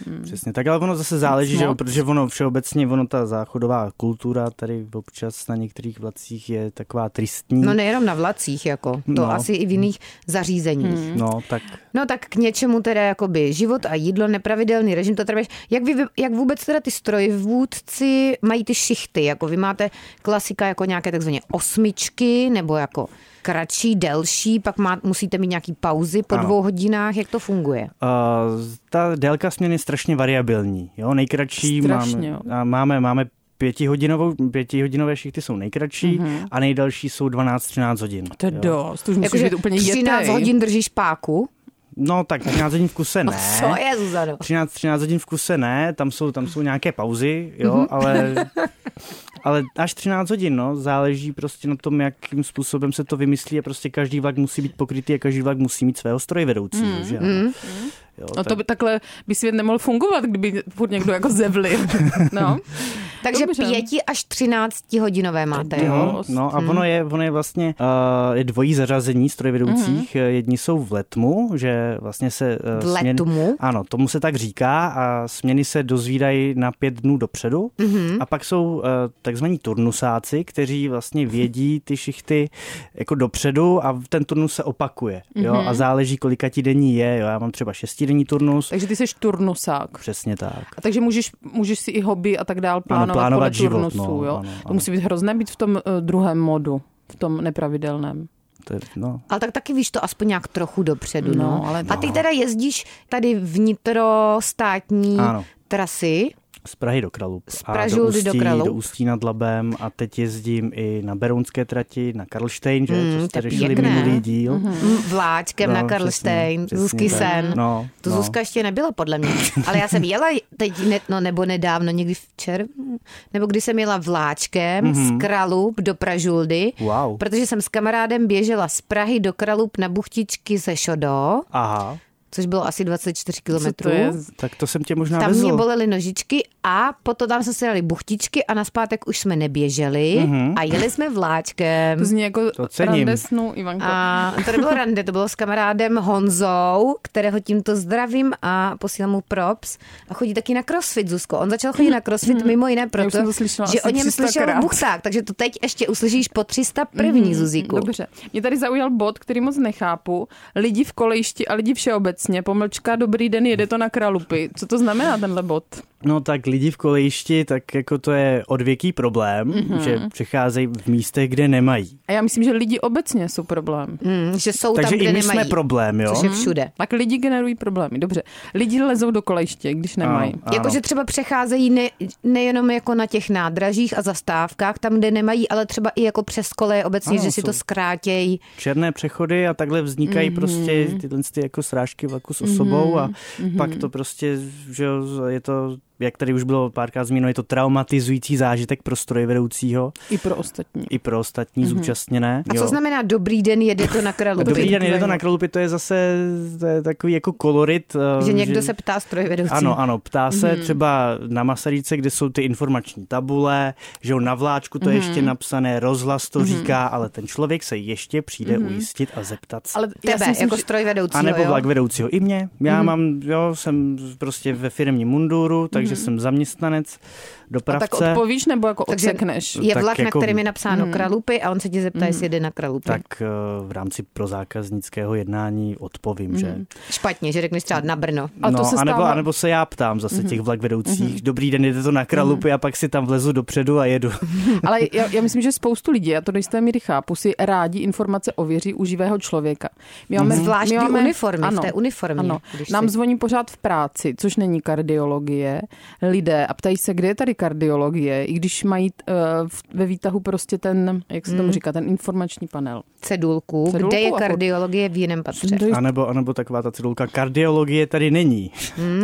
[SPEAKER 3] Hmm.
[SPEAKER 4] Přesně tak, ale ono zase záleží, že jo,
[SPEAKER 3] moc.
[SPEAKER 4] protože ono všeobecně, ono ta záchodová kultura tady občas na některých vlacích je taková tristní.
[SPEAKER 5] No nejenom na vlacích, jako. To
[SPEAKER 4] No.
[SPEAKER 5] asi i v jiných zařízeních.
[SPEAKER 4] No, tak
[SPEAKER 5] No tak k něčemu teda jakoby život a jídlo, nepravidelný režim, to trvá. Jak, vy, jak vůbec teda ty strojvůdci mají ty šichty? Jako vy máte klasika jako nějaké takzvané osmičky, nebo jako kratší, delší, pak má, musíte mít nějaký pauzy po
[SPEAKER 4] Ano.
[SPEAKER 5] dvou hodinách, jak to funguje?
[SPEAKER 4] Uh, ta délka směn je strašně variabilní. Jo? Nejkratší
[SPEAKER 3] Strašně,
[SPEAKER 4] máme,
[SPEAKER 3] jo.
[SPEAKER 4] a máme, máme pětihodinovou, pětihodinové šichty jsou nejkratší mm-hmm. a nejdelší jsou 12-13 hodin.
[SPEAKER 3] Mhm. To je
[SPEAKER 4] jo.
[SPEAKER 3] dost, už musíš
[SPEAKER 5] Jakože
[SPEAKER 3] být úplně
[SPEAKER 5] 13
[SPEAKER 3] jetej.
[SPEAKER 5] hodin držíš páku?
[SPEAKER 4] No tak 13 hodin v
[SPEAKER 3] Oh,
[SPEAKER 4] kuse ne.
[SPEAKER 5] Co je, Zuzano?
[SPEAKER 4] 13, 13 hodin v kuse ne, tam jsou, tam jsou nějaké pauzy, jo,
[SPEAKER 3] Mhm.
[SPEAKER 4] mm-hmm. ale, ale až 13 hodin, no, záleží prostě na tom, jakým způsobem se to vymyslí a prostě každý vlak musí být pokrytý a každý vlak musí mít svého strojvedoucího,
[SPEAKER 3] Mhm.
[SPEAKER 4] mm-hmm. že ano. Jo,
[SPEAKER 3] No to by takhle by svět nemohl fungovat, kdyby furt někdo jako zevlil. No.
[SPEAKER 5] Takže
[SPEAKER 3] Dobře.
[SPEAKER 5] 5 až 13 hodinové máte, jo? prostě.
[SPEAKER 4] No, no a ono je, ono je vlastně uh, je dvojí zařazení strojvedoucích. Mm-hmm. Jedni jsou v letmu, že vlastně se... Uh,
[SPEAKER 5] Mhm. V letmu?
[SPEAKER 4] ano, tomu se tak říká a směny se dozvídají na pět dnů dopředu.
[SPEAKER 5] Mhm.
[SPEAKER 4] Mm-hmm. A pak jsou uh, takzvaní turnusáci, kteří vlastně vědí ty šichty jako dopředu a ten turnus se opakuje. Jo?
[SPEAKER 5] Mhm.
[SPEAKER 4] Mm-hmm. A záleží, kolika ti denní je. Jo? Já mám třeba šestidenní turnus.
[SPEAKER 3] Takže ty jsi turnusák.
[SPEAKER 4] Přesně tak.
[SPEAKER 3] A takže můžeš, můžeš si i hobby a tak dál plánovat,
[SPEAKER 4] plánovat
[SPEAKER 3] podle
[SPEAKER 4] život,
[SPEAKER 3] turnusu,
[SPEAKER 4] no,
[SPEAKER 3] jo?
[SPEAKER 4] ano,
[SPEAKER 3] To
[SPEAKER 4] ano.
[SPEAKER 3] musí být hrozné být v tom eh, druhém modu, v tom nepravidelném.
[SPEAKER 4] To je, no.
[SPEAKER 5] Ale tak taky víš to aspoň nějak trochu dopředu. No,
[SPEAKER 3] No, ale
[SPEAKER 5] A ty teda jezdíš tady vnitrostátní
[SPEAKER 4] Ano.
[SPEAKER 5] trasy.
[SPEAKER 4] z Prahy do Kralup. Z
[SPEAKER 5] Pražildy
[SPEAKER 4] a do
[SPEAKER 5] do
[SPEAKER 4] Ústí,
[SPEAKER 5] Kralup.
[SPEAKER 4] do Ústí nad Labem a teď jezdím i na Berounské trati, na Karlštejn, že?
[SPEAKER 5] Mm,
[SPEAKER 4] Mm, co
[SPEAKER 5] to
[SPEAKER 4] jste
[SPEAKER 5] je
[SPEAKER 4] řešili
[SPEAKER 5] pěkné.
[SPEAKER 4] minulý díl.
[SPEAKER 5] Mm, Vláďkem no, na Karlštejn,
[SPEAKER 4] přesně,
[SPEAKER 5] Zuzky
[SPEAKER 4] tak.
[SPEAKER 5] sen.
[SPEAKER 4] No,
[SPEAKER 5] To
[SPEAKER 4] no.
[SPEAKER 5] no. Zuzka ještě nebyla podle mě. Ale já jsem jela teď, ne, no nebo nedávno, někdy v červnu, nebo když jsem jela vláčkem mm-hmm. z Kralup do Pražuldy,
[SPEAKER 4] Mhm. Wow.
[SPEAKER 5] protože jsem s kamarádem běžela z Prahy do Kralup na buchtičky ze Šodo,
[SPEAKER 4] Aha,
[SPEAKER 5] což bylo asi 24
[SPEAKER 3] Co to je?
[SPEAKER 5] kilometrů.
[SPEAKER 4] tak to jsem tě možná
[SPEAKER 5] Tam
[SPEAKER 4] vezl.
[SPEAKER 5] mě bolely nožičky a potom tam jsme si dali buchtičky a naspátek už jsme neběželi
[SPEAKER 4] Mhm.
[SPEAKER 5] mm-hmm. a jeli jsme vláčkem.
[SPEAKER 3] To zní jako
[SPEAKER 4] To cením.
[SPEAKER 3] randesnu, Ivanko. A...
[SPEAKER 5] hm? A to nebylo rande, to bylo s kamarádem Honzou, kterého tímto zdravím a posílám mu props. A chodí taky na crossfit, Zuzko. On začal chodit na crossfit mimo jiné
[SPEAKER 3] Já už
[SPEAKER 5] proto,
[SPEAKER 3] jsem to slyšela
[SPEAKER 5] že
[SPEAKER 3] asi
[SPEAKER 5] o něm
[SPEAKER 3] 300
[SPEAKER 5] slyšel
[SPEAKER 3] krát. Mhm,
[SPEAKER 5] Buchták, takže to teď ještě uslyšíš po 301. Zuziku.
[SPEAKER 3] Dobře. Mě tady zaujal bod, který moc nechápu. Lidi v kolejišti a lidi všeobecně. Pomlčka, dobrý den, jede to na kralupy. Co to znamená tenhle bod?
[SPEAKER 4] No tak lidi v kolejišti, tak jako to je odvěký problém,
[SPEAKER 5] Mhm.
[SPEAKER 4] mm-hmm. že přecházejí v místech, kde nemají.
[SPEAKER 3] A já myslím, že lidi obecně jsou problém.
[SPEAKER 5] Mm, že jsou
[SPEAKER 4] Takže
[SPEAKER 5] tam, kde
[SPEAKER 4] i my
[SPEAKER 5] nemají.
[SPEAKER 4] jsme problém, jo? Mhm.
[SPEAKER 5] Což je všude.
[SPEAKER 3] Tak lidi generují problémy. Dobře. Lidi lezou do kolejiště, když nemají.
[SPEAKER 4] Ano.
[SPEAKER 5] Jakože třeba přecházejí ne, nejenom jako na těch nádražích a zastávkách, tam, kde nemají, ale třeba i jako přes koleje obecně,
[SPEAKER 4] Ano,
[SPEAKER 5] že si
[SPEAKER 4] jsou-
[SPEAKER 5] to zkrátějí.
[SPEAKER 4] černé přechody a takhle vznikají mm-hmm. prostě tyhle ty jako srážky vlaku s osobou mm-hmm. a pak to prostě, že jo, je to, jak tady už bylo párkrát zmíněno, je to traumatizující zážitek pro strojvedoucího
[SPEAKER 3] I pro ostatní.
[SPEAKER 4] i pro ostatní mm-hmm. zúčastněné.
[SPEAKER 5] A co
[SPEAKER 4] jo.
[SPEAKER 5] znamená dobrý den, jede to na
[SPEAKER 4] A
[SPEAKER 5] kralupy?
[SPEAKER 4] Dobrý den, jde to na kralupy, to je zase to je takový jako kolorit. eh,
[SPEAKER 5] Že někdo se ptá strojvedoucí.
[SPEAKER 4] Ano, ano, ptá se hmm. třeba na Masaryce, kde jsou ty informační tabule, že jo, na vláčku to je ještě napsané, rozhlas to říká, ale ten člověk se ještě přijde ujistit a zeptat se.
[SPEAKER 3] Ale já
[SPEAKER 5] Tebe,
[SPEAKER 3] si myslím,
[SPEAKER 5] jako
[SPEAKER 3] že...
[SPEAKER 5] strojvedoucího,
[SPEAKER 4] A nebo
[SPEAKER 5] jo?
[SPEAKER 4] vlak vedoucího i mě. Já
[SPEAKER 3] Mhm.
[SPEAKER 4] mám, jo, jsem prostě ve firmním munduru, takže jsem zaměstnanec,
[SPEAKER 3] Mhm. A tak
[SPEAKER 4] dopravce.
[SPEAKER 3] odpovíš nebo jako
[SPEAKER 5] Takže
[SPEAKER 3] odsekneš?
[SPEAKER 5] je
[SPEAKER 4] Tak
[SPEAKER 5] vlak,
[SPEAKER 4] jako-
[SPEAKER 5] na kterém je napsáno Kralupy a on se ti zeptá, jestli jede na Kralupy.
[SPEAKER 4] Tak eh, v rámci prozákaznického jednání odpovím, že
[SPEAKER 5] Špatně, že řekneš třeba na Brno.
[SPEAKER 3] Mhm. A to
[SPEAKER 4] no,
[SPEAKER 3] se
[SPEAKER 4] anebo,
[SPEAKER 3] stává- Mhm.
[SPEAKER 4] anebo se já ptám zase těch vlak vedoucích, dobrý den, jede to na kralupy a pak si tam vlezu dopředu a jedu.
[SPEAKER 3] Ale já, já myslím, že spoustu lidí, já to do jisté míry chápu, si rádi informace ověří u živého člověka. My máme,
[SPEAKER 5] Zvlášť v uniformě, v té uniformě,
[SPEAKER 3] Ano,
[SPEAKER 5] když
[SPEAKER 3] nám
[SPEAKER 5] si-
[SPEAKER 3] zvoní pořád v práci, což není kardiologie, lidé a ptají se, kde je tady kardiologie, i když mají eh, v- ve výtahu prostě ten, jak se
[SPEAKER 5] Mm.
[SPEAKER 3] tomu říká, ten informační panel.
[SPEAKER 5] Cedulku,
[SPEAKER 3] Cedulku
[SPEAKER 5] kde je
[SPEAKER 3] a furt-
[SPEAKER 5] kardiologie v jiném patře.
[SPEAKER 3] Do jist-
[SPEAKER 4] A nebo, anebo taková ta cedulka, kardiologie tady není.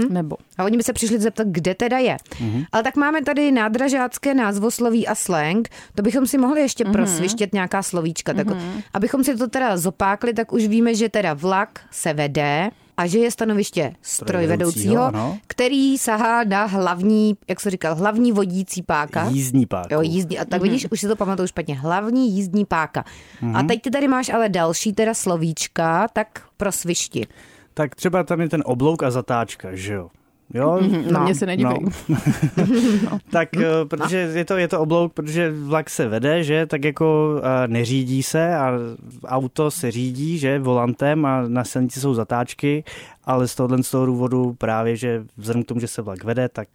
[SPEAKER 3] Nebo.
[SPEAKER 5] A oni by se přišli zeptat, kde teda je.
[SPEAKER 4] Mhm.
[SPEAKER 5] Ale tak máme tady nádražácké názvosloví a slang. To bychom si mohli ještě
[SPEAKER 4] Mhm.
[SPEAKER 5] prosvištět nějaká slovíčka. Tak, abychom si to teda zopákli, tak už víme, že teda vlak se vede a že je stanoviště strojvedoucího,
[SPEAKER 4] ano.
[SPEAKER 5] který sahá na hlavní, jak se říkal, hlavní vodící páka.
[SPEAKER 4] Jízdní Mhm. pák.
[SPEAKER 5] Jo, jízdní. A tak vidíš, už si to pamatuju špatně. Hlavní jízdní páka. A
[SPEAKER 4] Mhm.
[SPEAKER 5] teď ty tady máš ale další teda slovíčka, tak prosvišti.
[SPEAKER 4] Tak třeba tam je ten oblouk a zatáčka, že jo? Jo,
[SPEAKER 3] Mhm,
[SPEAKER 4] No,
[SPEAKER 3] Na mě se nedívej. No.
[SPEAKER 4] tak eh, protože je to, je to oblouk, protože vlak se vede, že tak jako eh, neřídí se a auto se řídí, že volantem a na silnici jsou zatáčky, ale z tohohle z toho důvodu právě, že vzhledem k tomu, že se vlak vede, tak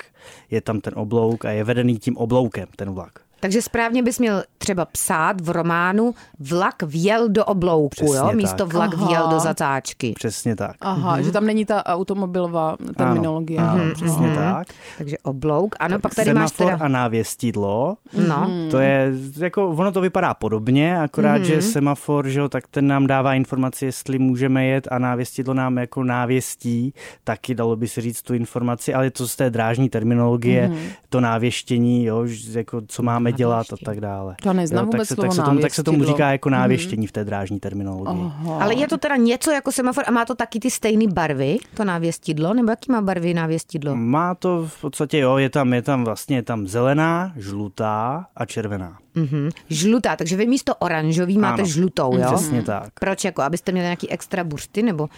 [SPEAKER 4] je tam ten oblouk a je vedený tím obloukem ten vlak.
[SPEAKER 5] Takže správně bys měl třeba psát v románu vlak vjel do oblouku,
[SPEAKER 4] Přesně
[SPEAKER 5] jo?
[SPEAKER 4] tak.
[SPEAKER 5] Místo vlak
[SPEAKER 3] Aha.
[SPEAKER 5] vjel do zatáčky.
[SPEAKER 4] Přesně tak.
[SPEAKER 3] Aha,
[SPEAKER 5] Mm-hmm.
[SPEAKER 3] že tam není ta automobilová terminologie. Mhm.
[SPEAKER 4] Ano, ano, přesně tak.
[SPEAKER 5] Takže oblouk. Ano, pak tady máš
[SPEAKER 4] Semafor
[SPEAKER 5] teda...
[SPEAKER 4] a návěstidlo.
[SPEAKER 5] No,
[SPEAKER 4] To je, jako ono to vypadá podobně, akorát, mm-hmm.
[SPEAKER 3] Mhm.
[SPEAKER 4] že semafor, že jo, tak ten nám dává informaci, jestli můžeme jet a návěstidlo nám jako návěstí, taky dalo by se říct tu informaci, ale je to z té drážní terminologie,
[SPEAKER 3] Mhm.
[SPEAKER 4] mm-hmm. to návěštění, jo, že jako co máme dělat a tak dále.
[SPEAKER 3] To já neznám
[SPEAKER 4] jo, tak,
[SPEAKER 3] vůbec
[SPEAKER 4] se,
[SPEAKER 3] slovo
[SPEAKER 4] tak, se tomu, tak se tomu
[SPEAKER 3] návěstidlo. Mhm.
[SPEAKER 4] říká jako návěštění mm-hmm. v té drážní terminologii.
[SPEAKER 3] Aha.
[SPEAKER 5] ale je to teda něco jako semafor a má to taky ty stejné barvy, to návěstidlo, nebo jaký má barvy návěstidlo?
[SPEAKER 4] Má to v podstatě, jo, je tam, je tam vlastně je tam zelená, žlutá a červená.
[SPEAKER 5] Mhm. Žlutá, takže vy místo oranžový máte
[SPEAKER 4] Ano. Mm,
[SPEAKER 5] žlutou, jo?
[SPEAKER 4] Přesně tak.
[SPEAKER 5] Proč? Jako, abyste měli nějaký extra bursty, nebo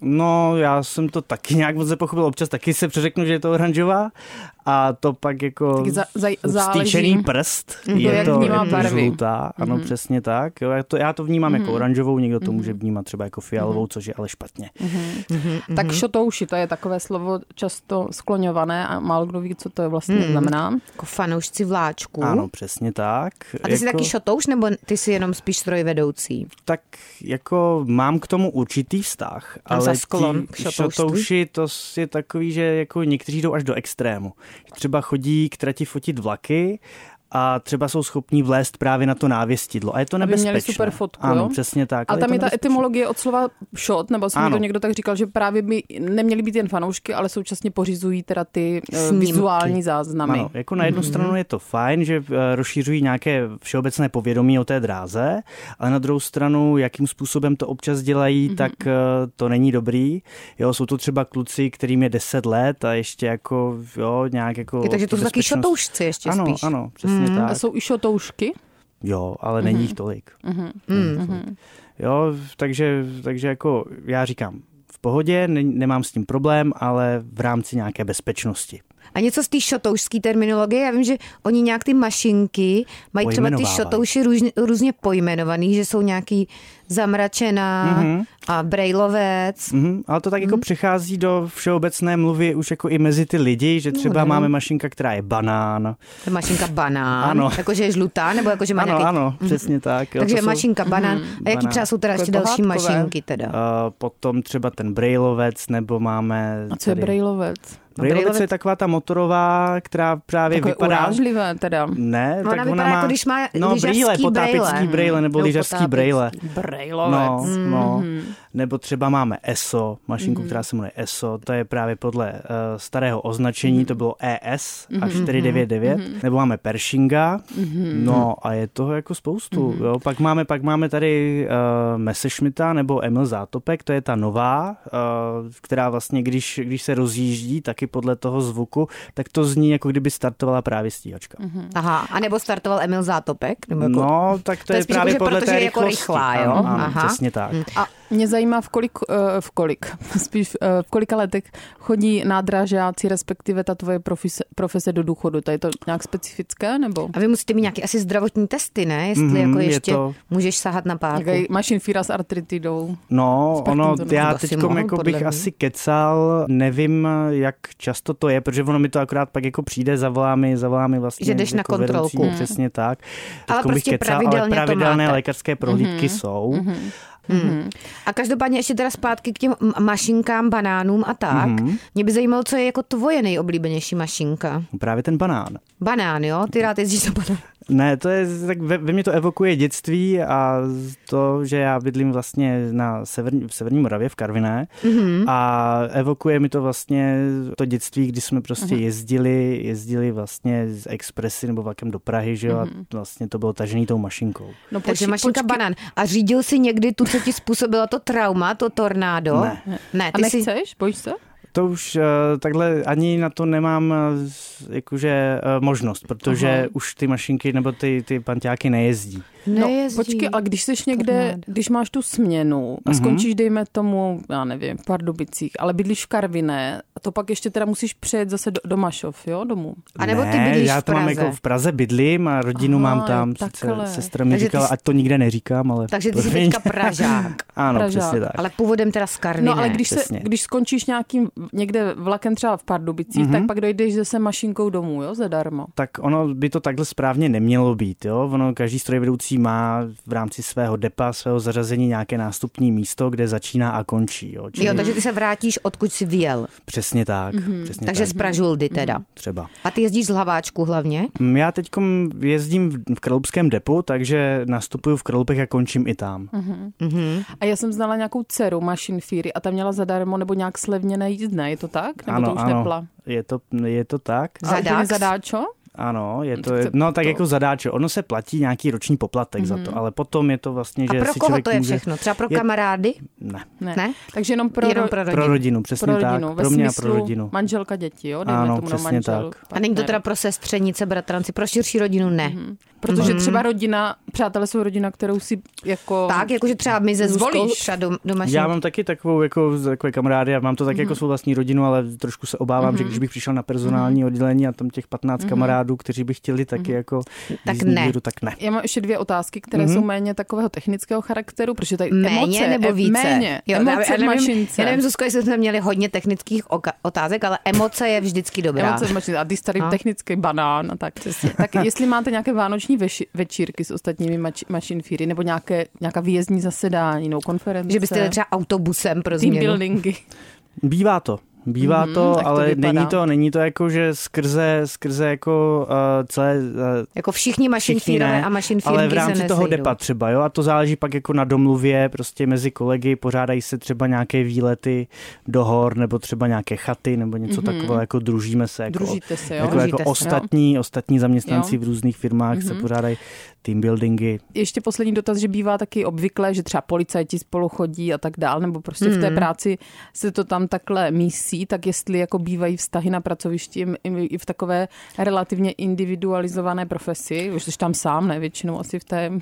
[SPEAKER 4] No, já jsem to taky nějak moc nepochopil. Občas taky se přeřeknu, že je to oranžová a to pak jako
[SPEAKER 3] Tak za- za-
[SPEAKER 4] vstýčený
[SPEAKER 3] záleží. Mhm.
[SPEAKER 4] prst
[SPEAKER 3] To,
[SPEAKER 4] je
[SPEAKER 3] jak
[SPEAKER 4] to, je
[SPEAKER 3] vnímá
[SPEAKER 4] to
[SPEAKER 3] barvy. Mhm.
[SPEAKER 4] žlutá. Ano, přesně tak. Jo, já, to, já to vnímám jako oranžovou, někdo to může vnímat třeba jako
[SPEAKER 3] Mhm.
[SPEAKER 4] fialovou, což je ale špatně.
[SPEAKER 3] Tak šotouši, to je takové slovo často
[SPEAKER 5] Hmm.
[SPEAKER 3] skloňované a málo kdo ví, co to je vlastně znamená.
[SPEAKER 5] jako fanoušci vláčku?
[SPEAKER 4] Ano, přesně tak.
[SPEAKER 5] A ty jako... jsi taky šotouš, nebo ty jsi jenom spíš strojvedoucí?
[SPEAKER 4] tak jako mám k tomu určitý vztah,
[SPEAKER 5] Mám
[SPEAKER 4] ale
[SPEAKER 5] za sklon k
[SPEAKER 4] ti
[SPEAKER 5] šotoušství.
[SPEAKER 4] šotouši to je takový, že jako někteří jdou až do extrému. Třeba chodí k trati fotit vlaky a třeba jsou schopní vlézt právě na to návěstidlo. A je to
[SPEAKER 3] Aby měli
[SPEAKER 4] nebezpečné.
[SPEAKER 3] super fotku,
[SPEAKER 4] Ano,
[SPEAKER 3] jo?
[SPEAKER 4] přesně tak.
[SPEAKER 3] A
[SPEAKER 4] ale
[SPEAKER 3] tam
[SPEAKER 4] to
[SPEAKER 3] je ta
[SPEAKER 4] nebezpečné.
[SPEAKER 3] etymologie od slova shot, nebo jsem
[SPEAKER 4] Ano.
[SPEAKER 3] to někdo tak říkal, že právě by neměli být jen fanoušky, ale současně pořizují teda ty eh,
[SPEAKER 5] Snímky.
[SPEAKER 3] vizuální záznamy.
[SPEAKER 4] Ano, jako na jednu
[SPEAKER 5] Mhm.
[SPEAKER 4] stranu je to fajn, že eh, rozšířují nějaké všeobecné povědomí o té dráze, ale na druhou stranu, jakým způsobem to občas
[SPEAKER 5] Mhm.
[SPEAKER 4] dělají, tak eh, to není dobrý. Jo, jsou to třeba kluci, kterým je 10 let a ještě jako, jo, nějak jako...
[SPEAKER 5] Je, takže to
[SPEAKER 4] tu
[SPEAKER 5] jsou taky
[SPEAKER 4] bezpečnost-
[SPEAKER 5] šotoušci ještě
[SPEAKER 4] Ano,
[SPEAKER 5] spíš. Mhm,
[SPEAKER 4] ano, přesně
[SPEAKER 3] A
[SPEAKER 4] tak.
[SPEAKER 3] jsou i šotoušky?
[SPEAKER 4] Jo, ale není jich tolik.
[SPEAKER 5] Mm.
[SPEAKER 4] Jo, takže, takže jako já říkám, v pohodě, ne, nemám s tím problém, ale v rámci nějaké bezpečnosti.
[SPEAKER 5] A něco z té šotoušské terminologie, já vím, že oni nějak ty mašinky mají třeba ty
[SPEAKER 4] Pojmenovávají.
[SPEAKER 5] šotouši různě, různě pojmenovaný, že jsou nějaký zamračená mm-hmm. a brejlovec.
[SPEAKER 4] Mhm, ale to tak
[SPEAKER 5] Mm-hmm.
[SPEAKER 4] jako přechází do všeobecné mluvy už jako i mezi ty lidi, že třeba
[SPEAKER 5] nevím.
[SPEAKER 4] máme mašinka, která je banán.
[SPEAKER 5] To je mašinka banán,
[SPEAKER 4] Ano.
[SPEAKER 5] jakože je žlutá, nebo jakože má
[SPEAKER 4] ano,
[SPEAKER 5] nějaký...
[SPEAKER 4] ano, přesně tak. Jo,
[SPEAKER 5] Mm-hmm. Takže
[SPEAKER 4] to
[SPEAKER 5] je
[SPEAKER 4] jsou, Mhm.
[SPEAKER 5] mašinka banán. A jaký
[SPEAKER 4] banán.
[SPEAKER 5] třeba jsou teda
[SPEAKER 3] Takové
[SPEAKER 5] ještě další
[SPEAKER 3] pohádkové.
[SPEAKER 5] mašinky teda?
[SPEAKER 4] Uh, potom třeba ten brailovec, nebo máme...
[SPEAKER 3] A co je
[SPEAKER 4] tady-
[SPEAKER 3] brejlovec?
[SPEAKER 4] Brailovec
[SPEAKER 5] Brailovec-
[SPEAKER 4] je taková ta motorová, která právě
[SPEAKER 3] Takové
[SPEAKER 4] vypadá...
[SPEAKER 3] urážlivé teda.
[SPEAKER 4] Ne,
[SPEAKER 5] Ona
[SPEAKER 4] tak ona
[SPEAKER 5] vypadá
[SPEAKER 4] má...
[SPEAKER 5] jako když má
[SPEAKER 4] no,
[SPEAKER 5] lyžařský
[SPEAKER 4] brýle, potápěcký
[SPEAKER 5] brejle.
[SPEAKER 4] brýle, nebo
[SPEAKER 5] Nebo
[SPEAKER 4] lyžařský
[SPEAKER 5] potápěcký.
[SPEAKER 4] brýle. No,
[SPEAKER 3] Brejlovec.
[SPEAKER 5] Mhm.
[SPEAKER 4] no. Nebo třeba máme ESO, mašinku, která se jmenuje ESO, to je právě podle uh, starého
[SPEAKER 5] Mhm.
[SPEAKER 4] označení, to bylo ES a 499. Nebo máme Pershinga,
[SPEAKER 5] Mhm.
[SPEAKER 4] no a je toho jako spoustu. Jo. Pak, máme, pak máme tady uh, Messerschmitta nebo Emil Zátopek, to je ta nová, uh, která vlastně, když, když se rozjíždí, taky podle toho zvuku, tak to zní, jako kdyby startovala právě stíhačka.
[SPEAKER 5] Aha, a nebo startoval Emil Zátopek? Nebo jako...
[SPEAKER 4] No, tak to,
[SPEAKER 5] Mhm. To je
[SPEAKER 4] je
[SPEAKER 5] spíš
[SPEAKER 4] právě
[SPEAKER 5] jako, že
[SPEAKER 4] podle
[SPEAKER 5] protože
[SPEAKER 4] té
[SPEAKER 5] je jako
[SPEAKER 4] rychlosti.
[SPEAKER 5] rychlá, jo?
[SPEAKER 4] Ano, ano,
[SPEAKER 5] Aha. Mhm.
[SPEAKER 4] přesně tak.
[SPEAKER 3] A mě zajímá, v kolik, eh, v kolik, spíš eh, v kolika letech chodí nádražáci, respektive ta tvoje profese, profese do důchodu. To je to nějak specifické, nebo?
[SPEAKER 5] A vy musíte mít nějaké asi zdravotní testy, ne? Jestli
[SPEAKER 4] Mhm,
[SPEAKER 5] jako
[SPEAKER 4] je
[SPEAKER 5] ještě
[SPEAKER 4] to-
[SPEAKER 5] můžeš sahat na páku.
[SPEAKER 3] Jaký mašin fíra s artritidou.
[SPEAKER 4] No,
[SPEAKER 3] S
[SPEAKER 4] ono,
[SPEAKER 3] Parkinsonem
[SPEAKER 4] já
[SPEAKER 5] to asi
[SPEAKER 4] teď
[SPEAKER 5] mohl,
[SPEAKER 4] jako
[SPEAKER 5] podle
[SPEAKER 4] bych
[SPEAKER 5] mě.
[SPEAKER 4] asi kecal, nevím, jak často to je, protože ono mi to akorát pak jako přijde, zavolá mi, zavolá mi vlastně.
[SPEAKER 5] Že jdeš na
[SPEAKER 4] jako vedoucí,
[SPEAKER 5] kontrolku. Hmm.
[SPEAKER 4] Přesně tak.
[SPEAKER 5] Ale
[SPEAKER 4] Teďko bych
[SPEAKER 5] prostě pravidelně to
[SPEAKER 4] ale pravidelné
[SPEAKER 5] máte. Mhm.
[SPEAKER 4] lékařské prohlídky jsou. Mhm.
[SPEAKER 5] A každopádně ještě teda zpátky k těm m- mašinkám, banánům a tak.
[SPEAKER 4] Mhm.
[SPEAKER 5] Mm-hmm. Mě by zajímalo, co je jako tvoje nejoblíbenější mašinka.
[SPEAKER 4] Právě ten banán.
[SPEAKER 5] Banán, jo? Ty rád jezdíš na banán.
[SPEAKER 4] Ne, to je, tak ve, ve mně to evokuje dětství a to, že já bydlím vlastně na severní, v Severní Moravě, v Karviné mm-hmm. a evokuje mi to vlastně to dětství, kdy jsme prostě mm-hmm. jezdili, jezdili vlastně z expresy nebo vlakem do Prahy, že jo, mm-hmm. a vlastně to bylo tažený tou mašinkou.
[SPEAKER 3] No,
[SPEAKER 5] Takže
[SPEAKER 3] poč-
[SPEAKER 5] mašinka
[SPEAKER 3] počkej-
[SPEAKER 5] banán. A řídil jsi někdy tu, co ti způsobilo to trauma, to tornádo?
[SPEAKER 4] Ne.
[SPEAKER 5] ne
[SPEAKER 3] A
[SPEAKER 5] ty jsi...
[SPEAKER 3] nechceš? Bojíš se?
[SPEAKER 4] To už uh, takhle ani na to nemám eh, s- jakože uh, možnost, protože
[SPEAKER 3] Aha.
[SPEAKER 4] už ty mašinky nebo ty, ty panťáky nejezdí.
[SPEAKER 5] Nejezdí.
[SPEAKER 3] No, počkej, a když jsi někde,
[SPEAKER 5] Tornádo.
[SPEAKER 3] když máš tu směnu
[SPEAKER 4] Mhm.
[SPEAKER 3] a skončíš, dejme tomu, já nevím, v Pardubicích, ale bydlíš v Karviné, a to pak ještě teda musíš přejet zase do, do Mašov, jo, domů. No,
[SPEAKER 5] A nebo ty
[SPEAKER 4] ne,
[SPEAKER 5] bydlíš
[SPEAKER 4] já
[SPEAKER 5] v
[SPEAKER 4] to mám
[SPEAKER 5] Praze.
[SPEAKER 4] jako v Praze bydlím a rodinu
[SPEAKER 3] Aha,
[SPEAKER 4] mám tam.
[SPEAKER 3] jo,
[SPEAKER 4] Sice
[SPEAKER 3] takhle.
[SPEAKER 4] sestra mi
[SPEAKER 5] Takže ty
[SPEAKER 4] říkala,
[SPEAKER 5] jsi-
[SPEAKER 4] ať to nikde neříkám, ale...
[SPEAKER 5] Takže ty jsi
[SPEAKER 4] promiň.
[SPEAKER 5] teďka Pražák.
[SPEAKER 4] Ano,
[SPEAKER 3] Pražák,
[SPEAKER 4] přesně tak.
[SPEAKER 5] Ale původem teda z Karviné.
[SPEAKER 3] No ale když, se,
[SPEAKER 4] přesně.
[SPEAKER 3] když skončíš nějakým někde vlakem třeba v Pardubicích,
[SPEAKER 4] Mhm.
[SPEAKER 3] tak pak dojdeš zase mašinkou domů, jo, zadarmo.
[SPEAKER 4] Tak ono by to takhle správně nemělo být, jo? Ono, každý strojvedoucí má v rámci svého depa, svého zařazení nějaké nástupní místo, kde začíná a končí, jo? Čili
[SPEAKER 5] Jo, takže ty se vrátíš, odkud jsi vyjel.
[SPEAKER 4] Přesně tak, mm-hmm. přesně
[SPEAKER 5] Takže
[SPEAKER 4] tak.
[SPEAKER 5] z Pražuldy
[SPEAKER 3] Mhm.
[SPEAKER 5] teda.
[SPEAKER 4] Třeba.
[SPEAKER 5] A ty jezdíš z hlaváčku hlavně?
[SPEAKER 4] Mm, Já teď jezdím v- v Kralupském depu, takže nastupuju v Kralupech a končím i tam.
[SPEAKER 5] Mhm.
[SPEAKER 4] Mm-hmm.
[SPEAKER 3] A já jsem znala nějakou dceru Mašin Fury a ta měla zadarmo nebo nějak slevněné jízdné, je to tak? Nebo to
[SPEAKER 4] Ano,
[SPEAKER 3] už nepla?
[SPEAKER 4] ano, je to, je to tak.
[SPEAKER 3] A
[SPEAKER 5] Zadáx?
[SPEAKER 3] úplně zadáčo?
[SPEAKER 4] Ano, je to,
[SPEAKER 3] Tak to-
[SPEAKER 4] no tak
[SPEAKER 3] to-
[SPEAKER 4] jako zadáče, ono se platí nějaký roční poplatek mm-hmm. za to, ale potom je to vlastně,
[SPEAKER 5] A
[SPEAKER 4] že
[SPEAKER 5] pro
[SPEAKER 4] si
[SPEAKER 5] koho
[SPEAKER 4] člověk
[SPEAKER 5] to je
[SPEAKER 4] může...
[SPEAKER 5] všechno? Třeba pro
[SPEAKER 4] Je-
[SPEAKER 5] kamarády?
[SPEAKER 4] Ne,
[SPEAKER 3] Ne.
[SPEAKER 5] Ne?
[SPEAKER 3] Takže jenom pro,
[SPEAKER 5] Jenom
[SPEAKER 3] ro-
[SPEAKER 5] pro rodinu.
[SPEAKER 4] pro rodinu, přesně
[SPEAKER 3] pro rodinu,
[SPEAKER 4] tak,
[SPEAKER 3] ve
[SPEAKER 4] pro mě a
[SPEAKER 3] smyslu
[SPEAKER 4] pro rodinu.
[SPEAKER 3] manželka děti, jo? Dejme
[SPEAKER 4] Ano,
[SPEAKER 3] tomu, no,
[SPEAKER 4] přesně
[SPEAKER 3] manžel,
[SPEAKER 4] tak.
[SPEAKER 5] A není to
[SPEAKER 3] partner. Mhm.
[SPEAKER 5] teda pro sestřenice, bratranci, pro širší rodinu? Ne.
[SPEAKER 3] Protože třeba rodina přátelé jsou rodina, kterou si jako...
[SPEAKER 5] Tak, jakože třeba my ze Zuzkou,
[SPEAKER 3] Zvolíš.
[SPEAKER 5] třeba dom, domašní.
[SPEAKER 4] Já mám taky takovou jako, takové kamarády a mám to tak mm-hmm. jako svou vlastní rodinu, ale trošku se obávám, mm-hmm. že když bych přišel na personální mm-hmm. oddělení a tam těch 15 mm-hmm. kamarádů, kteří by chtěli taky mm-hmm. jako
[SPEAKER 5] Tak
[SPEAKER 4] jízdní
[SPEAKER 5] ne.
[SPEAKER 4] víru, tak ne.
[SPEAKER 3] Já mám ještě dvě otázky, které mm-hmm. jsou méně takového technického charakteru, protože tady
[SPEAKER 5] Mhm. Méně
[SPEAKER 3] emoce,
[SPEAKER 5] nebo
[SPEAKER 3] e-
[SPEAKER 5] více?
[SPEAKER 3] Méně, jo, emoce
[SPEAKER 5] já, já
[SPEAKER 3] v
[SPEAKER 5] nevím,
[SPEAKER 3] mašince.
[SPEAKER 5] já nevím, Zuzko, jestli jsme měli hodně technických oka- otázek, ale emoce je vždycky dobrá.
[SPEAKER 3] Emoce v mašince. A když tady
[SPEAKER 5] A.
[SPEAKER 3] technický banán a tak. Tak jestli máte nějaké vánoční veši- večírky s ostatními mač- mašin fíry, nebo nějaké, nějaká výjezdní zasedání, nebo konference.
[SPEAKER 5] Že byste jeli třeba autobusem pro
[SPEAKER 3] team
[SPEAKER 5] změnu.
[SPEAKER 3] buildingy.
[SPEAKER 4] Bývá to. Bývá
[SPEAKER 3] Mhm,
[SPEAKER 4] mm,
[SPEAKER 3] tak
[SPEAKER 4] to,
[SPEAKER 3] to
[SPEAKER 4] ale
[SPEAKER 3] vypadá.
[SPEAKER 4] není to, není to jako, že skrze, skrze jako uh, celé uh,
[SPEAKER 5] Jako všichni
[SPEAKER 4] všichni
[SPEAKER 5] mašinfírové
[SPEAKER 4] ne,
[SPEAKER 5] a mašinfírky
[SPEAKER 4] ale v
[SPEAKER 5] se
[SPEAKER 4] rámci toho
[SPEAKER 5] nesejdou.
[SPEAKER 4] depa třeba, jo, a to záleží pak jako na domluvě, prostě mezi kolegy pořádají se třeba nějaké výlety do hor, nebo třeba nějaké chaty, nebo něco mm-hmm. takového, jako družíme se, jako,
[SPEAKER 3] Družíte se, jo?
[SPEAKER 4] jako,
[SPEAKER 5] Družíte
[SPEAKER 4] jako
[SPEAKER 5] se, jo.
[SPEAKER 4] ostatní, ostatní zaměstnanci
[SPEAKER 3] Jo.
[SPEAKER 4] v různých firmách mm-hmm. se pořádají team buildingy.
[SPEAKER 3] Ještě poslední dotaz, že bývá taky obvykle, že třeba policajti spolu chodí a tak dál, nebo prostě v té práci se to tam takhle mísí, tak jestli jako bývají vztahy na pracovišti im- im- i v takové relativně individualizované profesi, už jsi tam sám, ne většinou asi v té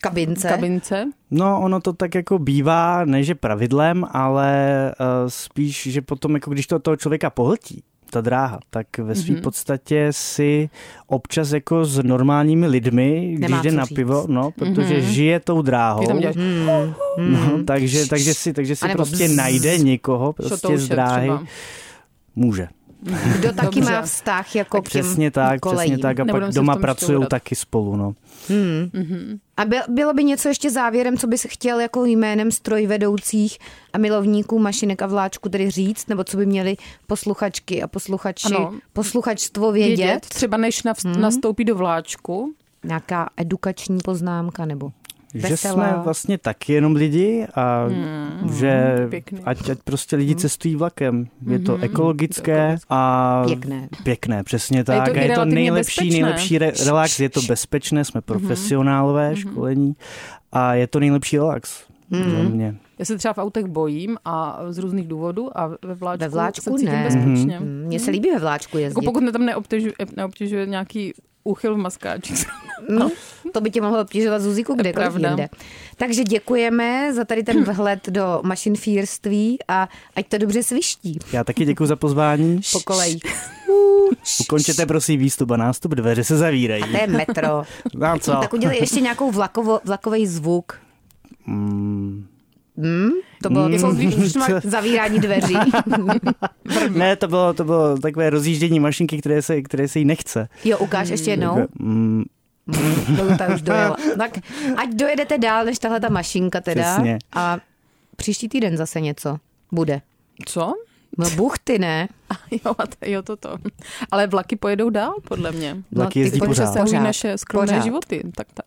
[SPEAKER 5] Kabince.
[SPEAKER 3] kabince.
[SPEAKER 4] No, ono to tak jako bývá, ne že pravidlem, ale uh, spíš, že potom, jako když to toho člověka pohltí, ta dráha, tak ve své mm-hmm. podstatě si občas jako s normálními lidmi, když
[SPEAKER 5] Nemá
[SPEAKER 4] jde
[SPEAKER 5] co
[SPEAKER 4] na
[SPEAKER 5] říct.
[SPEAKER 4] pivo, no, protože mm-hmm. žije tou dráhou,
[SPEAKER 3] Ty tam děláš
[SPEAKER 4] no, takže, takže si, takže
[SPEAKER 5] A
[SPEAKER 4] si
[SPEAKER 5] nebo
[SPEAKER 4] prostě
[SPEAKER 5] bzz.
[SPEAKER 4] najde někoho prostě
[SPEAKER 3] šotoušek
[SPEAKER 4] z dráhy.
[SPEAKER 3] třeba.
[SPEAKER 4] Může.
[SPEAKER 5] Kdo taky
[SPEAKER 3] Dobře.
[SPEAKER 5] má vztah jako k těm
[SPEAKER 4] Přesně tak,
[SPEAKER 5] kolejím.
[SPEAKER 4] přesně tak. A
[SPEAKER 3] Nebudem se
[SPEAKER 4] pak
[SPEAKER 3] v
[SPEAKER 4] doma
[SPEAKER 3] tom
[SPEAKER 4] pracují
[SPEAKER 3] šťourat.
[SPEAKER 4] taky spolu, no.
[SPEAKER 5] Mhm. A byl- bylo by něco ještě závěrem, co bys chtěl jako jménem strojvedoucích a milovníků mašinek a vláčku tedy říct, nebo co by měli posluchačky a posluchači,
[SPEAKER 3] Ano.
[SPEAKER 5] posluchačstvo vědět?
[SPEAKER 3] Vědět, třeba než navst- nastoupí do vláčku,
[SPEAKER 5] Nějaká edukační poznámka nebo
[SPEAKER 4] Že
[SPEAKER 5] veselá?
[SPEAKER 4] jsme vlastně taky jenom lidi a že
[SPEAKER 3] pěkný.
[SPEAKER 4] ať, ať prostě lidi cestují vlakem. Je to ekologické a
[SPEAKER 5] Pěkné.
[SPEAKER 4] pěkné, přesně
[SPEAKER 3] je to
[SPEAKER 4] tak.
[SPEAKER 3] i
[SPEAKER 4] a je to
[SPEAKER 3] relativně
[SPEAKER 4] nejlepší,
[SPEAKER 3] bezpečné.
[SPEAKER 4] nejlepší re- relax, je to bezpečné, jsme profesionálové školení a je to nejlepší relax za mě.
[SPEAKER 3] já se třeba v autech bojím a z různých důvodů a ve vláčku,
[SPEAKER 5] Ve vláčku
[SPEAKER 3] se cítím
[SPEAKER 5] ne.
[SPEAKER 3] bezpečně.
[SPEAKER 5] Mm, Mně se líbí ve vláčku jezdit.
[SPEAKER 3] Jako pokud mě tam neobtěžuje, neobtěžuje nějaký úchyl v maskáči.
[SPEAKER 5] No, to by tě mohlo obtěžovat Zuziku kdekoliv
[SPEAKER 3] Pravda.
[SPEAKER 5] jinde. Takže děkujeme za tady ten vhled do mašinfírství a ať to dobře sviští
[SPEAKER 4] Já taky děkuji za pozvání.
[SPEAKER 5] po kolejích.
[SPEAKER 4] Ukončete prosím výstup a nástup, dveře se zavírají.
[SPEAKER 5] To je metro.
[SPEAKER 4] No co?
[SPEAKER 5] Tak udělej ještě nějakou vlakovo, vlakový zvuk. Hm?
[SPEAKER 4] Mm,
[SPEAKER 5] To bylo
[SPEAKER 4] Mm.
[SPEAKER 5] co, zavírání dveří.
[SPEAKER 4] Ne, to bylo, to bylo takové rozjíždění mašinky, které se, které se jí nechce.
[SPEAKER 5] Jo, ukáž ještě jednou.
[SPEAKER 4] Takové, mm,
[SPEAKER 5] No, ta už dojela. Tak ať dojedete dál než tahle ta mašinka teda.
[SPEAKER 4] Přesně.
[SPEAKER 5] A příští týden zase něco bude.
[SPEAKER 3] Co?
[SPEAKER 5] No buchty, ne?
[SPEAKER 3] Jo, a t- jo, toto. Ale vlaky pojedou dál, podle mě.
[SPEAKER 4] Vlaky jezdí
[SPEAKER 5] ty-
[SPEAKER 4] pořád.
[SPEAKER 3] Zasahují
[SPEAKER 5] Pořád,
[SPEAKER 3] naše skromné
[SPEAKER 5] pořád.
[SPEAKER 3] životy. Tak, tak.